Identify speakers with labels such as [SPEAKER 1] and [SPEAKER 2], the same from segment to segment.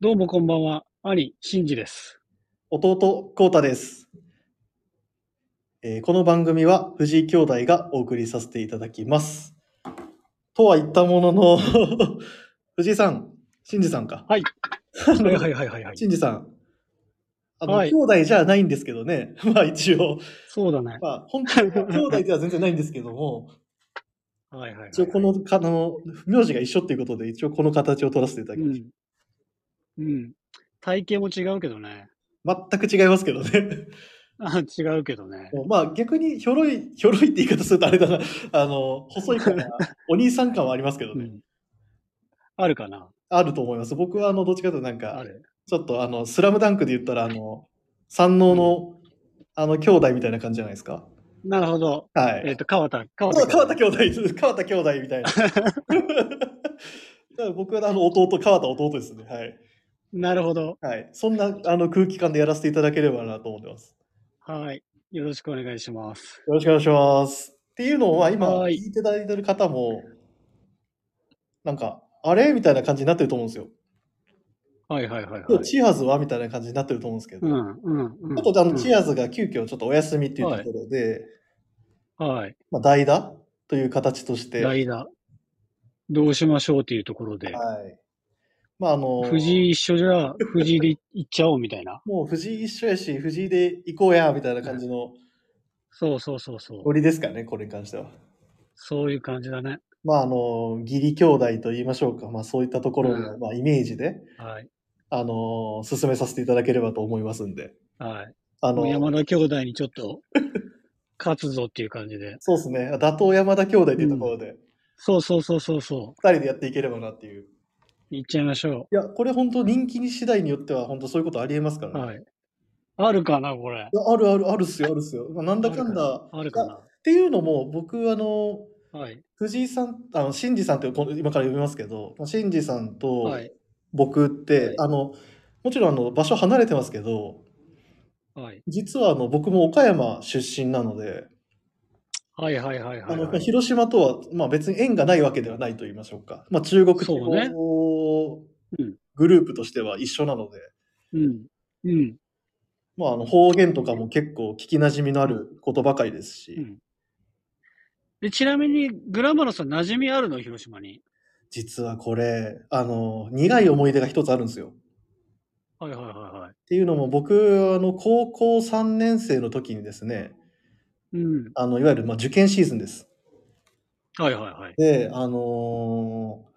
[SPEAKER 1] どうもこんばんは。兄、真二です。
[SPEAKER 2] 弟、コウタです、えーこの番組は藤井兄弟がお送りさせていただきます。とは言ったもの の、藤井さん、真二さんか。
[SPEAKER 1] はい。
[SPEAKER 2] あ
[SPEAKER 1] はい
[SPEAKER 2] の
[SPEAKER 1] はいはいはいはい。
[SPEAKER 2] 真二さん。あの、
[SPEAKER 1] はい
[SPEAKER 2] 兄弟じゃないんですけどね。 まあ一応、
[SPEAKER 1] そうだね。
[SPEAKER 2] まあ本当に 兄弟では全然ないんですけども、
[SPEAKER 1] はいはいはい。
[SPEAKER 2] 一応この、かあの、名字が一緒っていうことで、一応この形を取らせていただ
[SPEAKER 1] う
[SPEAKER 2] きます。
[SPEAKER 1] ん。うん。体型も違うけどね。
[SPEAKER 2] 全く違いますけどね。
[SPEAKER 1] あ違うけどね。
[SPEAKER 2] まあ逆にひょろい、ひょろいって言い方するとあれだな、あの、細 いから、お兄さん感はありますけど
[SPEAKER 1] う
[SPEAKER 2] ね、
[SPEAKER 1] ん。あるかな
[SPEAKER 2] あると思います。僕はあの、どっちかというとなん
[SPEAKER 1] あ
[SPEAKER 2] か、
[SPEAKER 1] る。
[SPEAKER 2] ちょっとあの、スラムダンクで言ったら、あの、三能の、あの、兄弟みたいな感じじゃないですか。
[SPEAKER 1] なるほど。
[SPEAKER 2] は
[SPEAKER 1] えっ、
[SPEAKER 2] い。
[SPEAKER 1] と、川田。川
[SPEAKER 2] そう川田
[SPEAKER 1] 田。
[SPEAKER 2] 兄弟です、川田兄弟み たいな。だ から僕はあの、弟、川田弟ですね。はい。
[SPEAKER 1] なるほど。
[SPEAKER 2] はい。そんな、あの、空気感でやらせていただければなと思ってます。
[SPEAKER 1] はい。よろしくお願いします。
[SPEAKER 2] よろしくお願いします。っていうのを、まあ、今、
[SPEAKER 1] は
[SPEAKER 2] 聞
[SPEAKER 1] い
[SPEAKER 2] いていただいてる方も、なんか、あれみたいな感じになってると思うんですよ。
[SPEAKER 1] はいはいはいはい
[SPEAKER 2] 今日。チアーズはみたいな感じになってると思うんですけど、
[SPEAKER 1] うん
[SPEAKER 2] ち
[SPEAKER 1] うんうん。
[SPEAKER 2] ょっとあの、チアーズが急遽ちょっとお休みっていうところで、
[SPEAKER 1] うんはい。
[SPEAKER 2] まあ、代打という形として、はい。
[SPEAKER 1] 代打。どうしましょうっていうところで。
[SPEAKER 2] まあ、あの、
[SPEAKER 1] 藤井一緒じゃ、藤井で行っちゃおうみたいな。
[SPEAKER 2] もう藤井一緒やし、藤井で行こうや、みたいな感じの
[SPEAKER 1] そうそうそうそう。
[SPEAKER 2] ノリですかね、これに関しては。
[SPEAKER 1] そういう感じだね。
[SPEAKER 2] まあ、あの、義理兄弟と言いましょうか。まあ、そういったところの、
[SPEAKER 1] うん
[SPEAKER 2] まあ、イメージで、
[SPEAKER 1] はい。
[SPEAKER 2] あの進めさせていただければと思いますんで。
[SPEAKER 1] はい。
[SPEAKER 2] あ
[SPEAKER 1] も
[SPEAKER 2] の
[SPEAKER 1] う山田兄弟にちょっ と、勝つぞっていう感じで。
[SPEAKER 2] そうですね。打倒山田兄弟っていうところで、
[SPEAKER 1] そうそうそうそうそ。
[SPEAKER 2] 二人でやっていければなっていう。いう
[SPEAKER 1] いっちゃいましょ
[SPEAKER 2] や、これ本当人気に次第によっては、本当そういうことありえますか
[SPEAKER 1] う。
[SPEAKER 2] ら、ねい
[SPEAKER 1] はい。あるかな、これ。
[SPEAKER 2] やあるあるあるっすよ、あるっすよ。まあ、なんだかんだ。
[SPEAKER 1] あるか
[SPEAKER 2] いやっ
[SPEAKER 1] な。
[SPEAKER 2] ていうのも、僕、あの、
[SPEAKER 1] はい。
[SPEAKER 2] 藤井さん、あの、新次さんってこの今から呼びますけど、新次さんと
[SPEAKER 1] はい。
[SPEAKER 2] 僕って、
[SPEAKER 1] はい
[SPEAKER 2] あの、もちろんあの場所離れてますけど、
[SPEAKER 1] はい。
[SPEAKER 2] 実はあの僕も岡山出身なので、
[SPEAKER 1] はいはいはい
[SPEAKER 2] あ
[SPEAKER 1] はい、
[SPEAKER 2] の
[SPEAKER 1] はい。
[SPEAKER 2] 広島とは、まあ、別に縁がないわけではないと言いましょうか、まあ、中国地
[SPEAKER 1] そうね
[SPEAKER 2] 方
[SPEAKER 1] うん
[SPEAKER 2] グループとしては一緒なので、
[SPEAKER 1] うん。うん。
[SPEAKER 2] まあ、あの方言とかも結構聞きなじみのあることばかりですし、
[SPEAKER 1] うん。で、ちなみに、グラマラさん、馴染みあるの広島に。
[SPEAKER 2] 実はこれあの苦い思い出が一つあるんですよ。
[SPEAKER 1] はいはいはいはい。
[SPEAKER 2] っていうのも僕あの高校3年生の時にですね
[SPEAKER 1] うん。
[SPEAKER 2] あのいわゆるまあ受験シーズンです。
[SPEAKER 1] はいはいはい。
[SPEAKER 2] であのー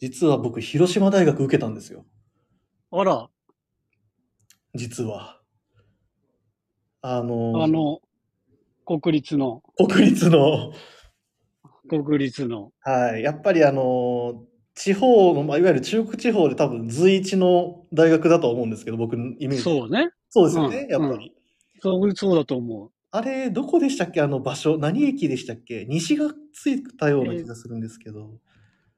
[SPEAKER 2] 実は僕広島大学受けたんですよ
[SPEAKER 1] あら、
[SPEAKER 2] 実は。あのー
[SPEAKER 1] あの、国立の、
[SPEAKER 2] 国立の。
[SPEAKER 1] 国立の。
[SPEAKER 2] はい、やっぱりあの地方の、まあ、いわゆる中国地方で多分随一の大学だと思うんですけど僕のイメージ
[SPEAKER 1] そうね。
[SPEAKER 2] そうですよね、
[SPEAKER 1] うん
[SPEAKER 2] やっぱり、
[SPEAKER 1] そう、そうだと思う。
[SPEAKER 2] あれどこでしたっけあの場所何駅でしたっけ西がついたような気がするんですけど、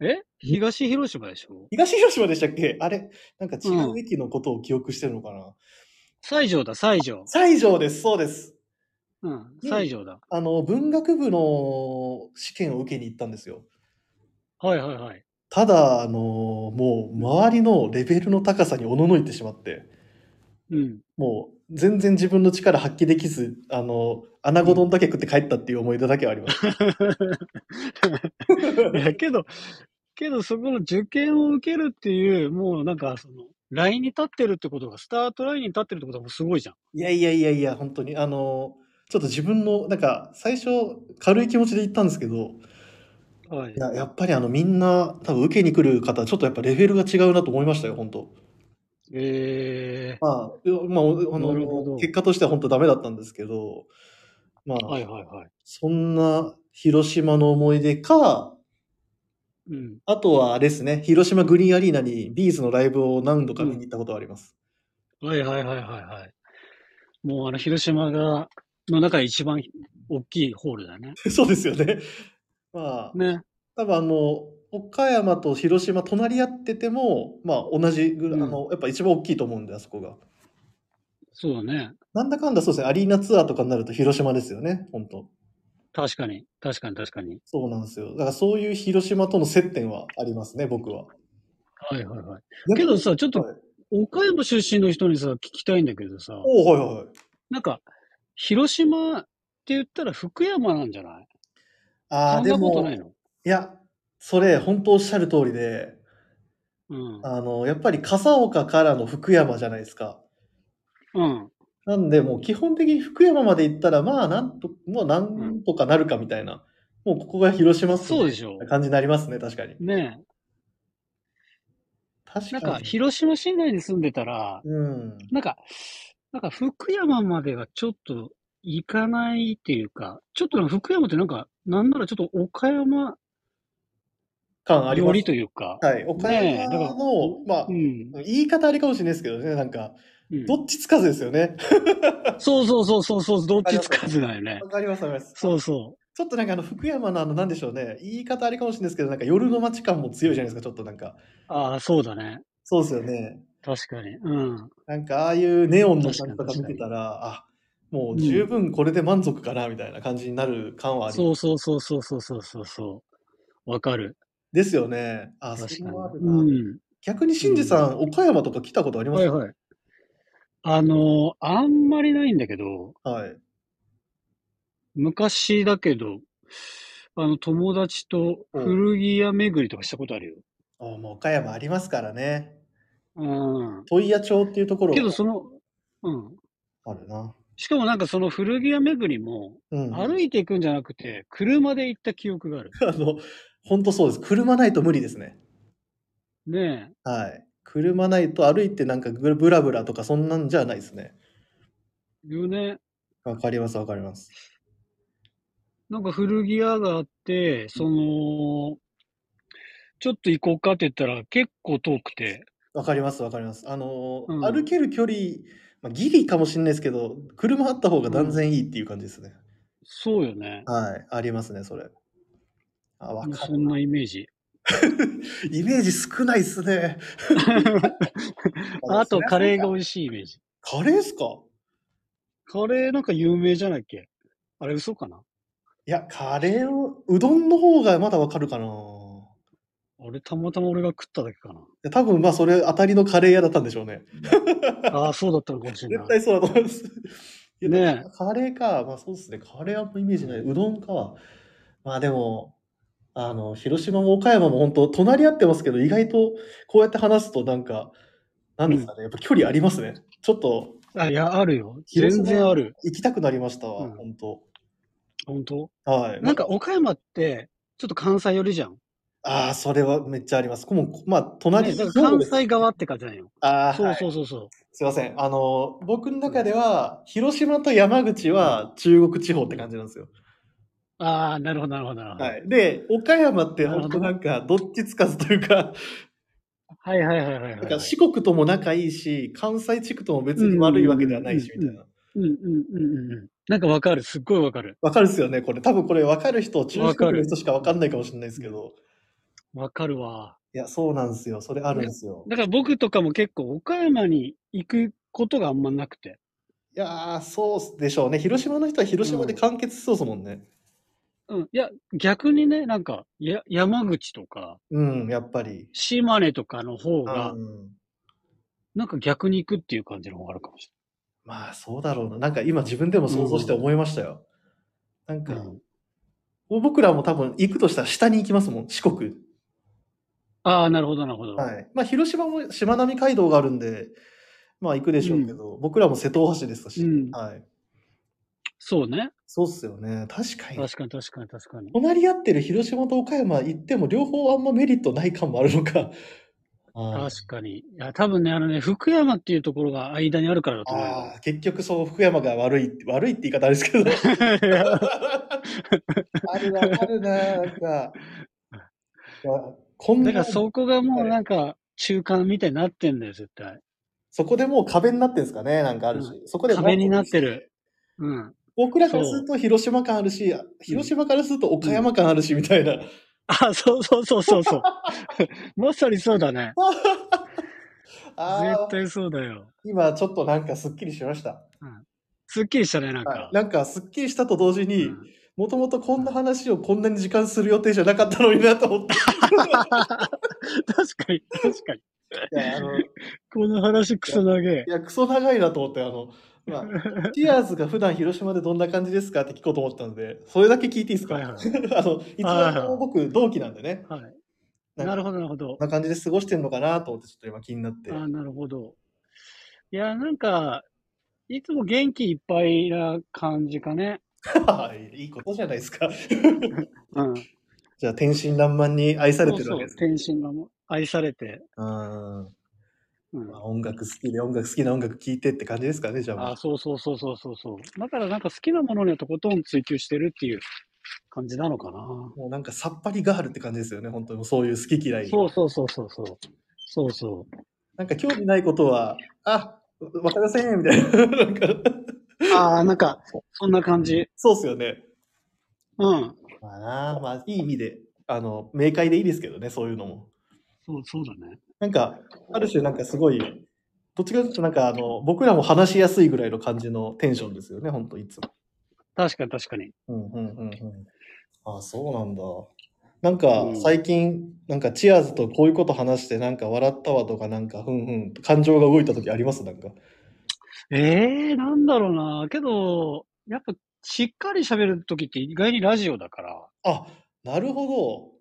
[SPEAKER 1] え東広島でしょ
[SPEAKER 2] 東広島でしたっけあれなんか違
[SPEAKER 1] う
[SPEAKER 2] うん駅のことを記憶してるのかな、
[SPEAKER 1] 西条だ、西条。
[SPEAKER 2] 西条ですそうです
[SPEAKER 1] うん、西条だ。
[SPEAKER 2] あの文学部の試験を受けに行ったんですよ
[SPEAKER 1] はいはいはい。
[SPEAKER 2] ただあのもう周りのレベルの高さにおののいてしまって
[SPEAKER 1] うん。
[SPEAKER 2] もう全然自分の力発揮できず、あの、穴子丼だけ食って帰ったっていう思い出だけはあります。
[SPEAKER 1] いや、けど、けどそこの受験を受けるっていう、もうなんかその、ラインに立ってるってことが、スタートラインに立ってるってことはもうすごいじゃん。
[SPEAKER 2] いやいやいやいや、本当に、あの、ちょっと自分の、なんか、最初、軽い気持ちで行ったんですけど、
[SPEAKER 1] はい
[SPEAKER 2] い。ややっぱりあの、みんな、多分受けに来る方、ちょっとやっぱレベルが違うなと思いましたよ、本当。
[SPEAKER 1] え
[SPEAKER 2] まあ、うまあ、おあ
[SPEAKER 1] なるほど
[SPEAKER 2] の、結果としては本当ダメだったんですけど、まあ、
[SPEAKER 1] ー、はいはいはい。
[SPEAKER 2] そんな広島の思い出か、
[SPEAKER 1] うん。
[SPEAKER 2] あとはあれですね、広島グリーンアリーナにビーズのライブを何度か見に行ったことはあ ります。
[SPEAKER 1] はいはいはいはいはい。もうあの、広島が、の中で一番大きいホールだね。
[SPEAKER 2] そうですよね。まあ、
[SPEAKER 1] ね。
[SPEAKER 2] 多分あの、岡山と広島隣り合ってても、まあ同じぐらい、
[SPEAKER 1] うん
[SPEAKER 2] あの、やっぱ一番大きいと思うんで、あそこが。
[SPEAKER 1] そうだね。
[SPEAKER 2] なんだかんだそうですね、アリーナツアーとかになると広島ですよね、本当
[SPEAKER 1] 確かに。確かに確かに。
[SPEAKER 2] そうなんですよ。だからそういう広島との接点はありますね、僕は。
[SPEAKER 1] はいはいはい。けどさ、ちょっと
[SPEAKER 2] はい
[SPEAKER 1] 岡山出身の人にさ、聞きたいんだけどさ、
[SPEAKER 2] おおはいはいはい。
[SPEAKER 1] なんか、広島って言ったら福山なんじゃない
[SPEAKER 2] あ
[SPEAKER 1] そ
[SPEAKER 2] あ、
[SPEAKER 1] ん
[SPEAKER 2] で
[SPEAKER 1] なこと
[SPEAKER 2] も、
[SPEAKER 1] ない
[SPEAKER 2] い
[SPEAKER 1] の
[SPEAKER 2] や、それ、本当おっしゃる通りで、
[SPEAKER 1] うん。
[SPEAKER 2] あの、やっぱり笠岡からの福山じゃないですか。
[SPEAKER 1] うん。
[SPEAKER 2] なんで、もう基本的に福山まで行ったら、まあ、なんと、もうなんとかなるかみたいな。もうここが広島っすね
[SPEAKER 1] そうでしょ
[SPEAKER 2] 感じになりますね、確かに。
[SPEAKER 1] ね
[SPEAKER 2] 確
[SPEAKER 1] え。なん
[SPEAKER 2] か
[SPEAKER 1] か、
[SPEAKER 2] に。
[SPEAKER 1] 広島市内に住んでたら、
[SPEAKER 2] うん。
[SPEAKER 1] なんか、なんか福山まではちょっと行かないっていうか、ちょっとなんか福山ってなんか、なんならちょっと岡山
[SPEAKER 2] 感あり
[SPEAKER 1] よ
[SPEAKER 2] ます
[SPEAKER 1] りというか、
[SPEAKER 2] はい。岡
[SPEAKER 1] ねえだから
[SPEAKER 2] 山の、まあ
[SPEAKER 1] う、ん。
[SPEAKER 2] 言い方あれかもしれないですけどね、なんか、
[SPEAKER 1] うん
[SPEAKER 2] どっちつかずですよね。
[SPEAKER 1] そうそうそうそうそう、どっちつかずだよね
[SPEAKER 2] わ。かります、わかります。
[SPEAKER 1] そうそ
[SPEAKER 2] ちょっとなんかあの、福山のあの、なんでしょうね、言い方あれかもしれないですけど、なんか夜の街感も強いじゃないですか、ちょっとなんか。
[SPEAKER 1] う。ああ、そうだね。
[SPEAKER 2] そうですよね。
[SPEAKER 1] 確かに。うん。
[SPEAKER 2] なんかああいうネオン
[SPEAKER 1] 確
[SPEAKER 2] の感
[SPEAKER 1] か
[SPEAKER 2] じと
[SPEAKER 1] に
[SPEAKER 2] か
[SPEAKER 1] 確
[SPEAKER 2] 見
[SPEAKER 1] かに
[SPEAKER 2] てたら、あ、もう十分これで満足かな、みたいな感じになる感はあり
[SPEAKER 1] そうそうそうそうそうそうそうそう。わかる。
[SPEAKER 2] ですよね。あ、そ
[SPEAKER 1] 確
[SPEAKER 2] れ
[SPEAKER 1] かに
[SPEAKER 2] はある。な。
[SPEAKER 1] う
[SPEAKER 2] 逆に、しんじさん、岡山とか来たことあり
[SPEAKER 1] ん。
[SPEAKER 2] ま
[SPEAKER 1] は
[SPEAKER 2] す
[SPEAKER 1] いはい。あの、あんまりないんだけど、
[SPEAKER 2] はい。
[SPEAKER 1] 昔だけど、あの、友達と古着屋巡りとかしたことあるよ。
[SPEAKER 2] あ、もう岡山ありますからね。
[SPEAKER 1] うん。
[SPEAKER 2] 問屋町っていうところ
[SPEAKER 1] けどその、うん。
[SPEAKER 2] あるな。
[SPEAKER 1] しかもなんかその古着屋巡りも、
[SPEAKER 2] うん。
[SPEAKER 1] 歩いていくんじゃなくて、車で行った記憶がある。
[SPEAKER 2] あの、本当そうです。車ないと無理ですね。
[SPEAKER 1] ねえ。
[SPEAKER 2] はい。車ないと歩いてなんかぐブラブラとかそんなんじゃないですね。
[SPEAKER 1] よね。
[SPEAKER 2] わかります、わかります。
[SPEAKER 1] なんか古着屋があって、その、ちょっと行こうかって言ったら結構遠くて、
[SPEAKER 2] わかります、わかります。あのー、
[SPEAKER 1] うん
[SPEAKER 2] 歩ける距離、まあ、ギリかもしれないですけど、車あった方が断然いいっていう感じですね。
[SPEAKER 1] そうよね。
[SPEAKER 2] はい。ありますね、それ。あ、わ
[SPEAKER 1] もう
[SPEAKER 2] か
[SPEAKER 1] そ
[SPEAKER 2] る。
[SPEAKER 1] んなイメージ。
[SPEAKER 2] イメージ少ないっすね。
[SPEAKER 1] あとカレーが
[SPEAKER 2] そりゃそう
[SPEAKER 1] 美味しいイメージ。
[SPEAKER 2] か。カレーっすか
[SPEAKER 1] カレーなんか有名じゃないっけあれ嘘かない
[SPEAKER 2] や、カレーを、うどんの方がまだわかるかな。
[SPEAKER 1] あれたまたま俺が食っただけか な。
[SPEAKER 2] で多分まあそれ当たりのカレー屋だったんでしょうね。
[SPEAKER 1] ああ、そうだったのかもしれ
[SPEAKER 2] 絶
[SPEAKER 1] ない。
[SPEAKER 2] 対そうだと思 います。いや
[SPEAKER 1] ね
[SPEAKER 2] カレーか。まあそうですね。カレーはあんまイメージない。うどんか。まあでも、あの、広島も岡山も本当隣り合ってますけど、意外とこうやって話すとなんか、なんですかね。やっぱ距離ありますね。ちょっと
[SPEAKER 1] あ、いや、あるよ。
[SPEAKER 2] 広
[SPEAKER 1] 全
[SPEAKER 2] 島
[SPEAKER 1] 然ある。
[SPEAKER 2] 行きたくなりましたわ。
[SPEAKER 1] うん
[SPEAKER 2] 本当
[SPEAKER 1] 本当
[SPEAKER 2] はい。
[SPEAKER 1] なんか岡山って、ちょっと関西寄りじゃん。
[SPEAKER 2] ああ、それはめっちゃあります。もう、まあ、隣、
[SPEAKER 1] ね、だから
[SPEAKER 2] そう
[SPEAKER 1] 関
[SPEAKER 2] です
[SPEAKER 1] 西側って感じなんよ。
[SPEAKER 2] ああ、
[SPEAKER 1] そう
[SPEAKER 2] はい
[SPEAKER 1] そうそうそう。
[SPEAKER 2] すいません。あの、僕の中では、広島と山口は中国地方って感じなんですよ。
[SPEAKER 1] ああ、なるほど、なるほど、なるほど。
[SPEAKER 2] はい。で、岡山って
[SPEAKER 1] なる
[SPEAKER 2] 本
[SPEAKER 1] ほ
[SPEAKER 2] 当
[SPEAKER 1] ど
[SPEAKER 2] なんか、どっちつかずというか、
[SPEAKER 1] はいはいはいはいはい。
[SPEAKER 2] なんか四国とも仲いいし、関西地区とも別に悪いわけではないし、
[SPEAKER 1] うん
[SPEAKER 2] みたいな。
[SPEAKER 1] うんうんうんうん。なんかわかる。すっごいわかる。
[SPEAKER 2] わかるっすよね、これ。多分これ分かる人、中四
[SPEAKER 1] わか
[SPEAKER 2] 国
[SPEAKER 1] る
[SPEAKER 2] の人しか分かんないかもしれないですけど。
[SPEAKER 1] わかるわ。
[SPEAKER 2] いや、そうなんですよ。それあるんですよ。
[SPEAKER 1] だから僕とかも結構岡山に行くことがあんまなくて。
[SPEAKER 2] いやー、そうでしょうね。広島の人は広島で完結しそうですもんね。
[SPEAKER 1] うん。いや、逆にね、なんか、や、山口とか、
[SPEAKER 2] うん、やっぱり。
[SPEAKER 1] 島根とかの方が
[SPEAKER 2] う、ん
[SPEAKER 1] なんか逆に行くっていう感じの方があるかもし
[SPEAKER 2] まあ、そうだろうな。なんか今自分でも想像して思いましたよ。なん
[SPEAKER 1] れ
[SPEAKER 2] か
[SPEAKER 1] ない。、うん。
[SPEAKER 2] 僕らも多分行くとしたら下に行きますもん、四国。
[SPEAKER 1] ああ、なるほど、なるほど。
[SPEAKER 2] はい。まあ、広島もしまなみ海道があるんで、まあ、行くでしょうけど、僕らも瀬戸大橋ですし、
[SPEAKER 1] うん
[SPEAKER 2] はい。
[SPEAKER 1] そうね。
[SPEAKER 2] そうっすよね。確かに。
[SPEAKER 1] 確かに確かに確かに。
[SPEAKER 2] 隣り合ってる広島と岡山行っても、両方あんまメリットない感もあるのか。あ
[SPEAKER 1] 確かに。いや、多分ね、あのね、福山っていうところが間にあるからだと思うよ。
[SPEAKER 2] あー、結局そう、福山が悪い、悪いって言い方あれですけ ど。
[SPEAKER 1] いや
[SPEAKER 2] あるな、あるな、なんか。いやこん
[SPEAKER 1] だ
[SPEAKER 2] な
[SPEAKER 1] からそこがもうなんか中間みたいになってんだよ、絶対。
[SPEAKER 2] そこでもう壁になってるんですかね、なんかあるし。
[SPEAKER 1] う
[SPEAKER 2] そこで
[SPEAKER 1] 壁になってる。うん。
[SPEAKER 2] 僕らからすると広島感あるし、広島からすると岡山感あるし、みたいな。
[SPEAKER 1] あ、そうそうそうそう そう。まさにそうだね。
[SPEAKER 2] あ
[SPEAKER 1] 絶
[SPEAKER 2] あ、
[SPEAKER 1] 対そうだよ。
[SPEAKER 2] 今ちょっとなんかすっきりしました。
[SPEAKER 1] すっきりしたね、なんか。
[SPEAKER 2] はいなんかすっきりしたと同時
[SPEAKER 1] う
[SPEAKER 2] に
[SPEAKER 1] ん、
[SPEAKER 2] もともとこんな話をこんなに時間する予定じゃなかったのになと思って。
[SPEAKER 1] 確かに、確かに。
[SPEAKER 2] や、あの、い
[SPEAKER 1] この話クソ長え。
[SPEAKER 2] や、クソ長いなと思って、あの、まあ、ティアーズが普段広島でどんな感じですかって聞こうと思ったので、それだけ聞いていいですか、
[SPEAKER 1] はい
[SPEAKER 2] あ
[SPEAKER 1] は
[SPEAKER 2] の、いつ
[SPEAKER 1] はいはい
[SPEAKER 2] も僕、同期なんでね、
[SPEAKER 1] い。はい。
[SPEAKER 2] なん
[SPEAKER 1] な
[SPEAKER 2] か
[SPEAKER 1] るほど、なるほど
[SPEAKER 2] こん。な感じで過ごしてるのかなと思って、ちょっと今気になって。
[SPEAKER 1] あ あ、なるほど。いや、なんか、いつも元気いっぱいな感じかね。
[SPEAKER 2] いいことじゃないですか。
[SPEAKER 1] うん。
[SPEAKER 2] じゃあ、天真爛漫に愛されてる
[SPEAKER 1] そ
[SPEAKER 2] わ
[SPEAKER 1] うそう
[SPEAKER 2] けです。
[SPEAKER 1] 天心がも愛されて。
[SPEAKER 2] うん
[SPEAKER 1] うん
[SPEAKER 2] まあ、音楽好きで音楽好きな音楽聴いてって感じですかね、じゃあもう
[SPEAKER 1] あそうそうそうそうそうそう。だからなんか好きなものにはとことん追求してるっていう感じなのかな。
[SPEAKER 2] もうなんかさっぱりガールって感じですよね、本当にもうそういう好き嫌い。
[SPEAKER 1] そうそうそうそうそう。そうそ
[SPEAKER 2] なんか興味ないことは、あわかりませんみたいな。 なんか
[SPEAKER 1] う。ああ、なんか、そんな感じ。
[SPEAKER 2] そうっすよね。
[SPEAKER 1] うん。
[SPEAKER 2] まあなあ、まあいい意味で、あの、明快でいいですけどね、そういうのも。
[SPEAKER 1] そう、そうだね。
[SPEAKER 2] なんか、ある種なんかすごい、どっちかというとなんかあの、僕らも話しやすいぐらいの感じのテンションですよね、本当いつも。
[SPEAKER 1] 確かに確かに。
[SPEAKER 2] うんうんうんうん。ああ、そうなんだ。なんか
[SPEAKER 1] うん
[SPEAKER 2] 最近、なんかチアーズとこういうこと話して、なんか笑ったわとか、なんかふんふん、感情が動いた時ありますなんか。
[SPEAKER 1] ええー、なんだろうな。けど、やっぱ、しっかり喋るときって意外にラジオだから、
[SPEAKER 2] あ、なるほ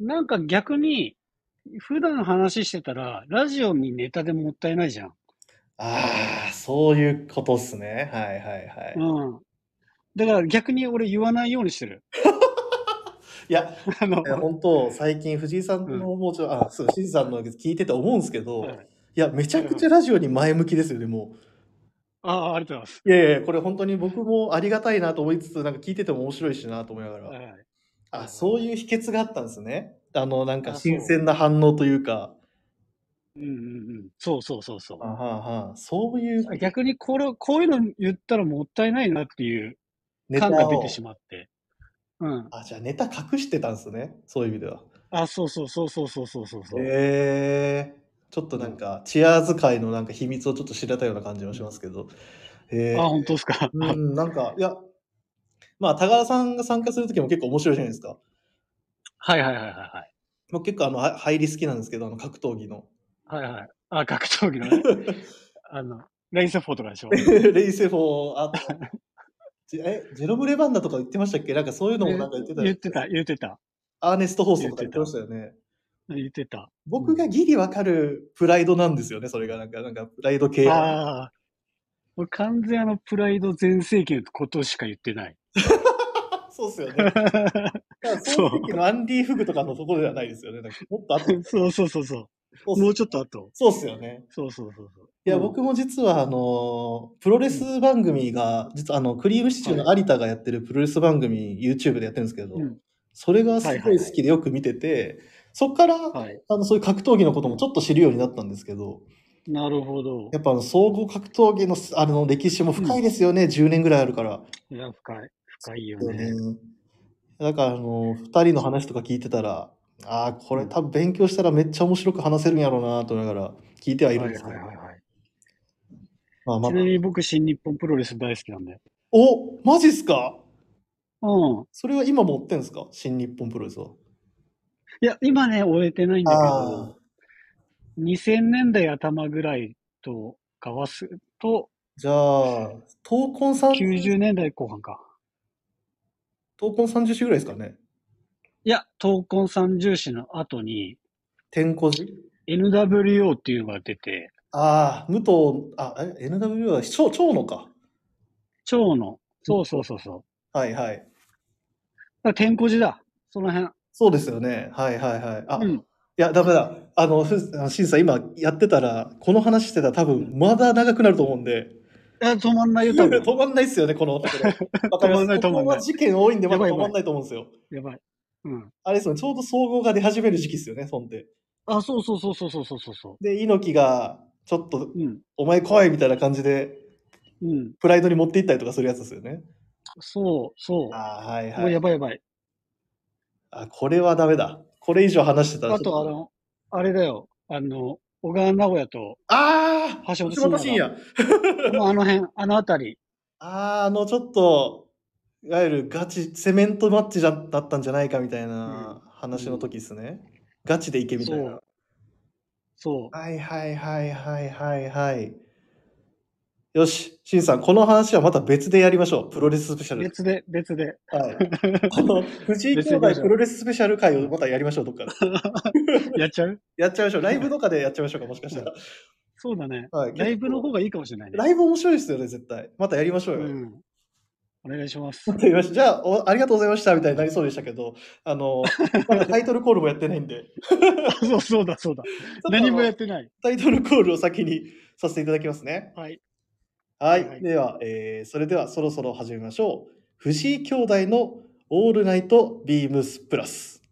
[SPEAKER 1] なんか逆に、普段話してたら、ラジオにネタでもったいないじゃん。
[SPEAKER 2] ど。ああ、そういうことっすね。はいはいはい。い
[SPEAKER 1] うん。だから逆に俺言わないようにしてる。
[SPEAKER 2] や、
[SPEAKER 1] あの
[SPEAKER 2] い、や本当最近藤井さんのもうちょ、あ、そう、藤井さんの聞いてて思うんですけど、
[SPEAKER 1] はい
[SPEAKER 2] いや、めちゃくちゃラジオに前向きですよね、も
[SPEAKER 1] ああ、ありがとうございます。
[SPEAKER 2] う。いやいや、これ本当に僕もありがたいなと思いつつ、なんか聞いてても面白いしなと思いながら。
[SPEAKER 1] はい
[SPEAKER 2] あ、そういう秘訣があったんですね。あの、なんか
[SPEAKER 1] あ
[SPEAKER 2] 新鮮な反応というか。
[SPEAKER 1] うんうんうん。そうそうそうそ
[SPEAKER 2] あはあはあそういう
[SPEAKER 1] う。逆にこれ、こういうの言ったらもったいないなっていう
[SPEAKER 2] ネタ
[SPEAKER 1] 感が出
[SPEAKER 2] を
[SPEAKER 1] て。しまって。うん。
[SPEAKER 2] あ、じゃあネタ隠してたんですね。そういう意味では。
[SPEAKER 1] あ、そうそうそうそうそうそうそうそう。
[SPEAKER 2] へえちょっとなんか、チアーズ界のなんか秘密をちょっと知れたような感じもしますけど。へえ
[SPEAKER 1] あ、本当ですか。
[SPEAKER 2] うん、なんか、いや、まあ、田川さんが参加するときも結構面白いじゃないですか。
[SPEAKER 1] はいはいはいはいはい。
[SPEAKER 2] 僕結構あの、は入り好きなんですけど、あの、格闘技 の。
[SPEAKER 1] はいはい。あ、格闘技のね。 あの、レインセフォーとかでしょ。
[SPEAKER 2] レイセフォー、あと、じえ、ジェロム・レバンダとか言ってましたっけなんかそういうのもなんか言ってたよ
[SPEAKER 1] 言ってた、言ってた。
[SPEAKER 2] アーネスト・ホーストとか言ってましたよね。
[SPEAKER 1] 言ってた。
[SPEAKER 2] 僕がギリわかるプライドなんですよね、それが。なんか、なんかプライド系。
[SPEAKER 1] ああ。俺完全あの、プライド全盛期のことしか言って ない。
[SPEAKER 2] そうっすよね。だからそ
[SPEAKER 1] そう
[SPEAKER 2] の時のアンディ・フグとかのところではないですよね。なんかもっと後
[SPEAKER 1] そうそうそうそ
[SPEAKER 2] そう
[SPEAKER 1] う。
[SPEAKER 2] っ
[SPEAKER 1] も
[SPEAKER 2] す
[SPEAKER 1] うちょっと後。
[SPEAKER 2] そうっすよね。
[SPEAKER 1] そうそうそうそう。
[SPEAKER 2] いや、
[SPEAKER 1] うん、
[SPEAKER 2] 僕も実は、あの、プロレス番組が、実はあの、クリームシチューの有田がやってるプロレス番組、YouTube でやってるんですけど、
[SPEAKER 1] うん
[SPEAKER 2] それがすごい好きでよく見てて、そっから、
[SPEAKER 1] はい。
[SPEAKER 2] あの、そういう格闘技のこともちょっと知るようになったんですけど、
[SPEAKER 1] なるほど。
[SPEAKER 2] やっぱあの総合格闘技のすあの歴史も深いですよね、10年ぐらいあるから。
[SPEAKER 1] いや、深い。深いよね。
[SPEAKER 2] うんだからあの2人の話とか聞いてたらああこれ多分勉強したらめっちゃ面白く話せるんやろうなと思いながら聞いては
[SPEAKER 1] はいい
[SPEAKER 2] る
[SPEAKER 1] は
[SPEAKER 2] ん
[SPEAKER 1] い
[SPEAKER 2] ですけ
[SPEAKER 1] は
[SPEAKER 2] ど、
[SPEAKER 1] いはい。
[SPEAKER 2] まあまあ
[SPEAKER 1] ちなみに僕、新日本プロレス大好きなんで。
[SPEAKER 2] おマジっすか
[SPEAKER 1] うん。
[SPEAKER 2] それは今持ってんですか新日本プロレスはい
[SPEAKER 1] や、今ね、終えてないんだけ
[SPEAKER 2] あ
[SPEAKER 1] ど、2000年代頭ぐらいとかはすと、
[SPEAKER 2] じゃあ闘魂さん
[SPEAKER 1] 90年代後半か。
[SPEAKER 2] 闘魂30週ぐらいですかね
[SPEAKER 1] いや、闘魂三重視の後に、
[SPEAKER 2] 天候寺
[SPEAKER 1] NWO っていうのが出て、
[SPEAKER 2] ああ武藤あえ NW は長長野か
[SPEAKER 1] 蝶の、そうそうそうそう。
[SPEAKER 2] はいはい
[SPEAKER 1] だから天候寺だ。その辺。
[SPEAKER 2] そうですよねはいはいはいあ、
[SPEAKER 1] うん。
[SPEAKER 2] いや、ダメだ。あの、ふあのシンさん、今やってたら、この話してたら多分、まだ長くなると思うんで、
[SPEAKER 1] いや、止まんないよ、多分。
[SPEAKER 2] 止まんないっすよね、このと ころ。わかり
[SPEAKER 1] 止まんな
[SPEAKER 2] ま
[SPEAKER 1] い
[SPEAKER 2] す。
[SPEAKER 1] 止まんな
[SPEAKER 2] こ
[SPEAKER 1] い
[SPEAKER 2] こは事件多いんで、まだ
[SPEAKER 1] やばい
[SPEAKER 2] 止まんないと思うんですよ。
[SPEAKER 1] やばい。うん。
[SPEAKER 2] あれですよね、ちょうど総合が出始める時期ですよね、そんで。
[SPEAKER 1] あ、そうそうそうそうそうそうそうそ
[SPEAKER 2] で、猪木が、ちょっと、
[SPEAKER 1] う。うん。
[SPEAKER 2] お前来いみたいな感じで、
[SPEAKER 1] うん。
[SPEAKER 2] プライドに持っていったりとかするやつですよね。
[SPEAKER 1] そう、そう。
[SPEAKER 2] あーはい
[SPEAKER 1] もう
[SPEAKER 2] は
[SPEAKER 1] や
[SPEAKER 2] い。
[SPEAKER 1] ばいやばい。
[SPEAKER 2] あ、これはダメだ。これ以上話してたら。
[SPEAKER 1] あと、あの、あれだよ。あの、小川直也と、
[SPEAKER 2] あー
[SPEAKER 1] 橋本
[SPEAKER 2] 橋本真
[SPEAKER 1] 真也
[SPEAKER 2] 也。
[SPEAKER 1] もうあの辺、あの辺り。
[SPEAKER 2] あーあのちょっといわゆるガチセメントマッチだだったんじゃないかみたいな話の時ですね、ガチでいけみたい
[SPEAKER 1] そ
[SPEAKER 2] な
[SPEAKER 1] う。。そ
[SPEAKER 2] はいはいはいはいはいはい。よし、しんさん、この話はまた別でやりましょう。プロレススペシャ
[SPEAKER 1] う。
[SPEAKER 2] ル。
[SPEAKER 1] 別で、別で。
[SPEAKER 2] はい。この、藤井兄弟プロレススペシャル会をまたやりましょう、どっかで。
[SPEAKER 1] やっちゃう
[SPEAKER 2] やっちゃいましょう。ライブとかでやっちゃいましょうか、もしかしたら。
[SPEAKER 1] そうだね。
[SPEAKER 2] はい、
[SPEAKER 1] ライブの方がいいかもしれないね。
[SPEAKER 2] ライブ面白いですよね、絶対。またやりましょうよ。
[SPEAKER 1] うん。お願いします。
[SPEAKER 2] わかりましたじゃあお、ありがとうございましたみたいになりそうでしたけど、あの、まだタイトルコールもやってないんで、
[SPEAKER 1] そう、そうだ、そうだ。
[SPEAKER 2] ちょっとあの
[SPEAKER 1] 何もやってない。
[SPEAKER 2] タイトルコールを先にさせていただきますね。
[SPEAKER 1] はい。
[SPEAKER 2] はい。
[SPEAKER 1] はい
[SPEAKER 2] では、えーそれではそろそろ始めましょう。藤井兄弟のオールナイトビームスプラス。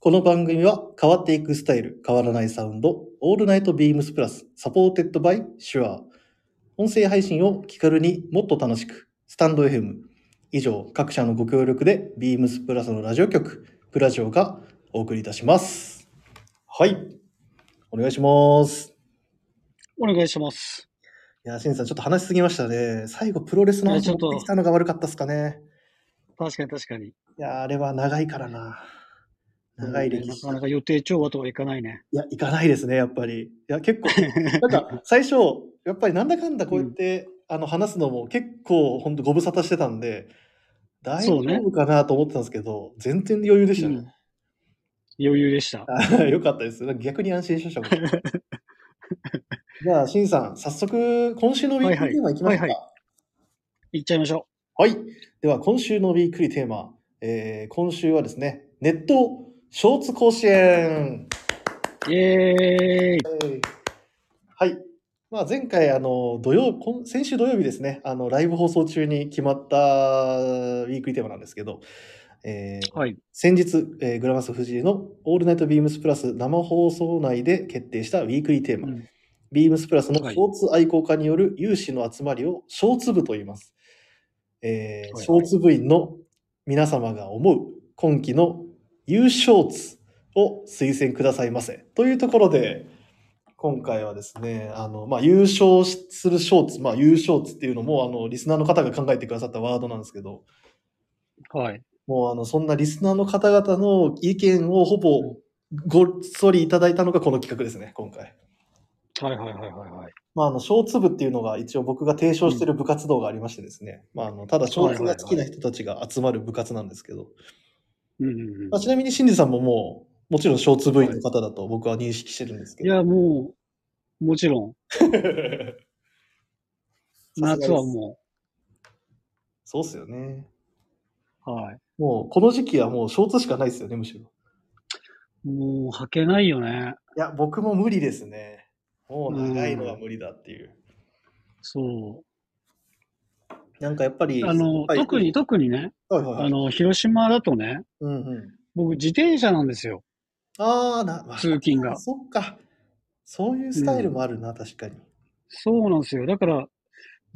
[SPEAKER 2] この番組は変わっていくスタイル、変わらないサウンド、オールナイトビームスプラス、サポーテッドバイシュアー。音声配信を気軽にもっと楽しく、スタンド FM。以上、各社のご協力で、ビームスプラスのラジオ局、プラジオがお送りいたします。はい。お願いします。
[SPEAKER 1] お願いします。
[SPEAKER 2] いや、しんさん、ちょっと話しすぎましたね。最後、プロレスの
[SPEAKER 1] いやち
[SPEAKER 2] 話
[SPEAKER 1] ょっと
[SPEAKER 2] 持ってきたのが悪かったっすかね。
[SPEAKER 1] 確かに確かに。
[SPEAKER 2] いや、あれは長いからな。長い歴
[SPEAKER 1] な
[SPEAKER 2] 史
[SPEAKER 1] か。なか予定調和とはいかないね。
[SPEAKER 2] いや、行かないですね、やっぱり。いや、結構、なんか、最初、やっぱりなんだかんだこうやって、あの、話すのも結構、ほんとご無沙汰してたんで、大丈
[SPEAKER 1] そうね
[SPEAKER 2] 夫かなと思ってたんですけど、全然余裕でした
[SPEAKER 1] うん
[SPEAKER 2] ね。
[SPEAKER 1] 余裕でした。
[SPEAKER 2] よかったです。なんか逆に安心しました僕。じゃあ、しんさん、早速、今週のウィークリーテーマいきましょうか。
[SPEAKER 1] はい行っちゃいましょ
[SPEAKER 2] はい。では、今週のウィークリーテーマ、えー今週はですね、ネットショーツ甲子園。
[SPEAKER 1] う。イエーイ
[SPEAKER 2] はい。まあ、前回、あの、土曜、今先週土曜日ですね、あの、ライブ放送中に決まったウィークリーテーマなんですけど、えー
[SPEAKER 1] はい。
[SPEAKER 2] 先日、えーグラマス藤井のオールナイトビームスプラス生放送内で決定したウィークリーテーマ、
[SPEAKER 1] うん
[SPEAKER 2] ビームスプラスの
[SPEAKER 1] はい
[SPEAKER 2] ショーツ愛好家による有志の集まりをショーツ部と言います。えー
[SPEAKER 1] はいはい
[SPEAKER 2] ショーツ部員の皆様が思う今期の優ショーツを推薦くださいませ。というところで、今回はですね、あの、まあ、優勝しするショーツ、まあ、優勝ツっていうのも、あの、リスナーの方が考えてくださったワードなんですけど、
[SPEAKER 1] はい。
[SPEAKER 2] もうあの、そんなリスナーの方々の意見をほぼごっそりいただいたのがこの企画ですね、今回。
[SPEAKER 1] はいはいはいはいはい。
[SPEAKER 2] まあ、あの、小粒っていうのが一応僕が提唱している部活動がありましてですね。まあ、あの、ただ小粒が好きな人たちが集まる部活なんですけど。
[SPEAKER 1] うんうんうん
[SPEAKER 2] まあ、ちなみに、シンジさんももう、もちろん小粒員の方だと僕は認識してるんですけ
[SPEAKER 1] い
[SPEAKER 2] ど。
[SPEAKER 1] や、もう、もちろん、
[SPEAKER 2] さすがです
[SPEAKER 1] 夏はも
[SPEAKER 2] そうっすよね。
[SPEAKER 1] う、はい。
[SPEAKER 2] もう、この時期はもうショーツしかないですよね、むしろ。い
[SPEAKER 1] もう、履けないよね。
[SPEAKER 2] や、僕も無理ですね。もう長いのは無理だっていう。
[SPEAKER 1] そ
[SPEAKER 2] なんかやっぱり、
[SPEAKER 1] う。あの、
[SPEAKER 2] はい
[SPEAKER 1] 特に、、特にね、
[SPEAKER 2] はいはいはい
[SPEAKER 1] あの、広島だとね、
[SPEAKER 2] うんうん。
[SPEAKER 1] 僕、自転車なんですよ。
[SPEAKER 2] ああ、な、まあ
[SPEAKER 1] 通勤が
[SPEAKER 2] そっか。そういうスタイルもあるな、確かに。
[SPEAKER 1] そうなんですよ。だから、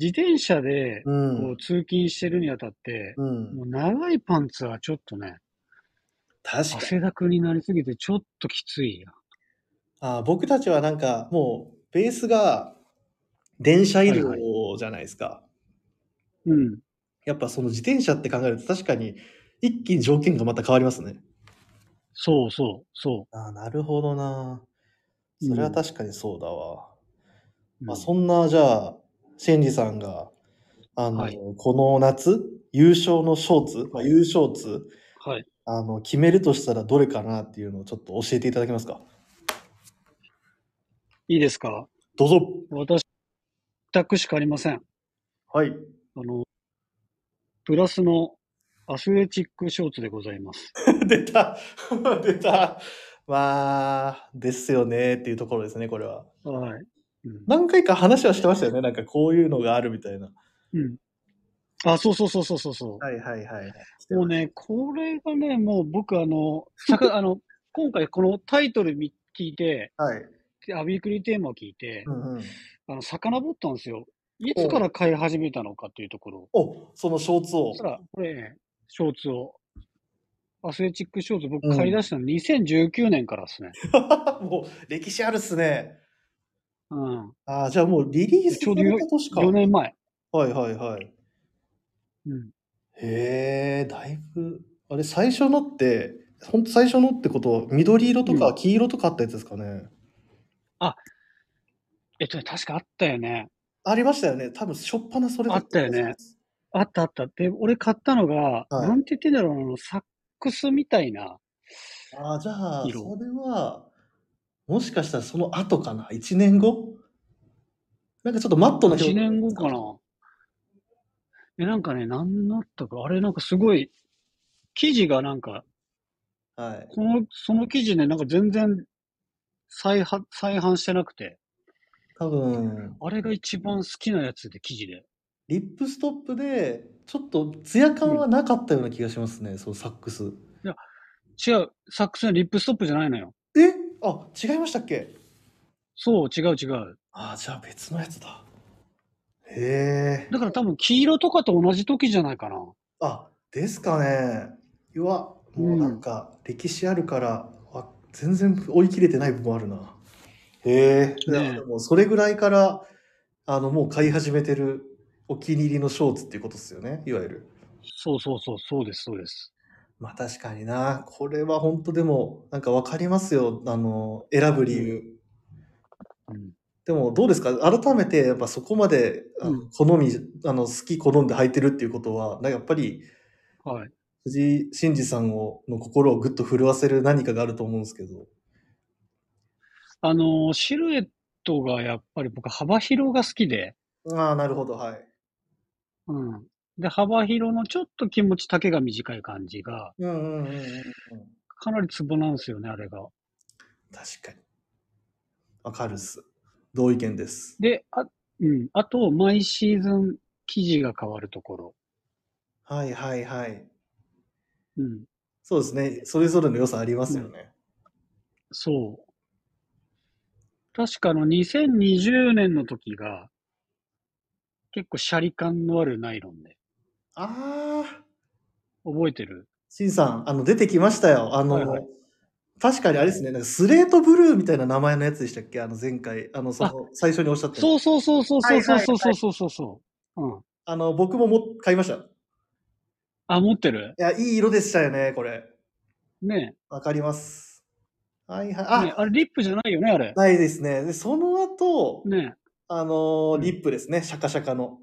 [SPEAKER 1] 自転車で、
[SPEAKER 2] う
[SPEAKER 1] こ
[SPEAKER 2] ん
[SPEAKER 1] う。通勤してるにあたって、
[SPEAKER 2] うん
[SPEAKER 1] も。う長いパンツはちょっとね、
[SPEAKER 2] 確かに。
[SPEAKER 1] 汗だくになりすぎてちょっときついや。
[SPEAKER 2] あー僕たちはなんか、もう、ベースが、電車移
[SPEAKER 1] はい
[SPEAKER 2] 動じゃないですか。
[SPEAKER 1] うん。
[SPEAKER 2] やっぱその自転車って考えると、確かに、一気に条件がまた変わりますね。
[SPEAKER 1] そうそう、そ
[SPEAKER 2] ああ、なるほどな。それは確かにそうだわ。
[SPEAKER 1] う。
[SPEAKER 2] まあ、
[SPEAKER 1] うん
[SPEAKER 2] そんな、じゃあ、シェンジさんが、あの、
[SPEAKER 1] はい
[SPEAKER 2] この夏、優勝のショーツ、まあ、優勝ツ、
[SPEAKER 1] はい。
[SPEAKER 2] あの、決めるとしたらどれかなっていうのをちょっと教えていただけますか。
[SPEAKER 1] いいですか
[SPEAKER 2] どうぞ。
[SPEAKER 1] 私、全くしかありません。
[SPEAKER 2] はい。
[SPEAKER 1] あの、プラスのアスレチックショーツでございます。
[SPEAKER 2] 出た。 出た。まあ、ですよねっていうところですね、これは。
[SPEAKER 1] はい。うん。
[SPEAKER 2] 何回か話はしてましたよね。なんかこういうのがあるみたいな。
[SPEAKER 1] うんあ、そうそうそうそうそうそう。
[SPEAKER 2] はいはいはい。
[SPEAKER 1] もうね、これがね、もう僕、あの、さ かあの今回、このタイトルみ聞いて、
[SPEAKER 2] はい。
[SPEAKER 1] アビークリーテーマを聞いて
[SPEAKER 2] う、んうん。
[SPEAKER 1] あの、遡ったんですよ。いつから飼い始めたのかっていうところ。
[SPEAKER 2] お、そのショーツ
[SPEAKER 1] そ
[SPEAKER 2] を
[SPEAKER 1] し。たら、これね、ショーツを。アスレチックショーツ、僕
[SPEAKER 2] うん
[SPEAKER 1] 買い出したの2019年からですね。
[SPEAKER 2] もう歴史あるっすね。
[SPEAKER 1] うん。
[SPEAKER 2] ああ、じゃあもうリリース
[SPEAKER 1] ちょうど
[SPEAKER 2] された年か。
[SPEAKER 1] 4年前。
[SPEAKER 2] はいはいはい。
[SPEAKER 1] うん。
[SPEAKER 2] へえ、だいぶ。あれ、最初のって、ほんと最初のってことは、緑色と
[SPEAKER 1] う
[SPEAKER 2] か
[SPEAKER 1] ん
[SPEAKER 2] 黄色とかあったやつですかね。
[SPEAKER 1] えっとね、確かあったよね。
[SPEAKER 2] ありましたよね。多分、しょっぱなそれだ
[SPEAKER 1] あったよね。あったあった。で、俺買ったのが、
[SPEAKER 2] はい
[SPEAKER 1] なんて言ってんだろうなあの、サックスみたいな。
[SPEAKER 2] ああ、じゃあ、
[SPEAKER 1] 色
[SPEAKER 2] それは、もしかしたらその後かな ?1 年後なんかちょっとマットな
[SPEAKER 1] 1
[SPEAKER 2] 表現
[SPEAKER 1] 年後かな。え、なんかね、なんだったか。あれ、なんかすごい、記事がなんか、
[SPEAKER 2] はい。
[SPEAKER 1] この、その記事ね、なんか全然再販、再販してなくて、
[SPEAKER 2] 多分、
[SPEAKER 1] あれが一番好きなやつで、記事で。
[SPEAKER 2] リップストップで、ちょっとツヤ感はなかったような気がしますね、そのサックス。
[SPEAKER 1] 違う、サックスのリップストップじゃないのよ。
[SPEAKER 2] えあ、違いましたっけ
[SPEAKER 1] そう、違う違う。
[SPEAKER 2] ああ、じゃあ別のやつだ。へえ。
[SPEAKER 1] だから多分、黄色とかと同じ時じゃないかな。
[SPEAKER 2] あ、ですかね。うわ、もうなんか歴史あるから、わ全然追い切れてない部分あるな。へえ。
[SPEAKER 1] ねえ
[SPEAKER 2] でもそれぐらいから、あの、もう買い始めてるお気に入りのショーツっていうことですよね、いわゆる。
[SPEAKER 1] そうそうそう、そうです、そうです。
[SPEAKER 2] まあ確かにな。これは本当でも、なんかわかりますよ。あの、選ぶ理由。
[SPEAKER 1] うん。
[SPEAKER 2] でもどうですか改めてやっぱそこまであの
[SPEAKER 1] う
[SPEAKER 2] 好み、あの好き好んで履いてるっていうことはなんかやっぱり
[SPEAKER 1] はい。
[SPEAKER 2] 藤井真嗣さんをの心をぐっと震わせる何かがあると思うんですけど
[SPEAKER 1] あの、シルエットがやっぱり僕幅広が好きで、
[SPEAKER 2] ああなるほどはい
[SPEAKER 1] うん。で、幅広のちょっと気持ち丈が短い感じが、
[SPEAKER 2] うんうんうんうんうん
[SPEAKER 1] かなりツボなんですよね、あれが。
[SPEAKER 2] 確かにわかるっす同意見です
[SPEAKER 1] で、あ、うん。あと、毎シーズン生地が変わるところ。
[SPEAKER 2] はいはいはい
[SPEAKER 1] うん。
[SPEAKER 2] そうですねそれぞれの良さありますよね、
[SPEAKER 1] そう。確かあの、2020年の時が、結構シャリ感のあるナイロンで、
[SPEAKER 2] ああ
[SPEAKER 1] 覚えてる
[SPEAKER 2] 真さんあの出てきましたよあの、
[SPEAKER 1] はいはい
[SPEAKER 2] 確かにあれですね、なんかスレートブルーみたいな名前のやつでしたっけあの前回、あの、その、最初におっしゃった
[SPEAKER 1] そうそうそうそうそう
[SPEAKER 2] はいはい
[SPEAKER 1] そうそうそうそうそう。うん。
[SPEAKER 2] あの、僕もも買いました。い
[SPEAKER 1] あ、持ってる
[SPEAKER 2] や、いい色でしたよね、これ。
[SPEAKER 1] ね
[SPEAKER 2] わかります。はいはい。
[SPEAKER 1] え。
[SPEAKER 2] あ、
[SPEAKER 1] ねえあれ、リップじゃないよね、あれ。
[SPEAKER 2] ないですね。で、その後、
[SPEAKER 1] ねえ、
[SPEAKER 2] あのーリップですね、シャカシャカの。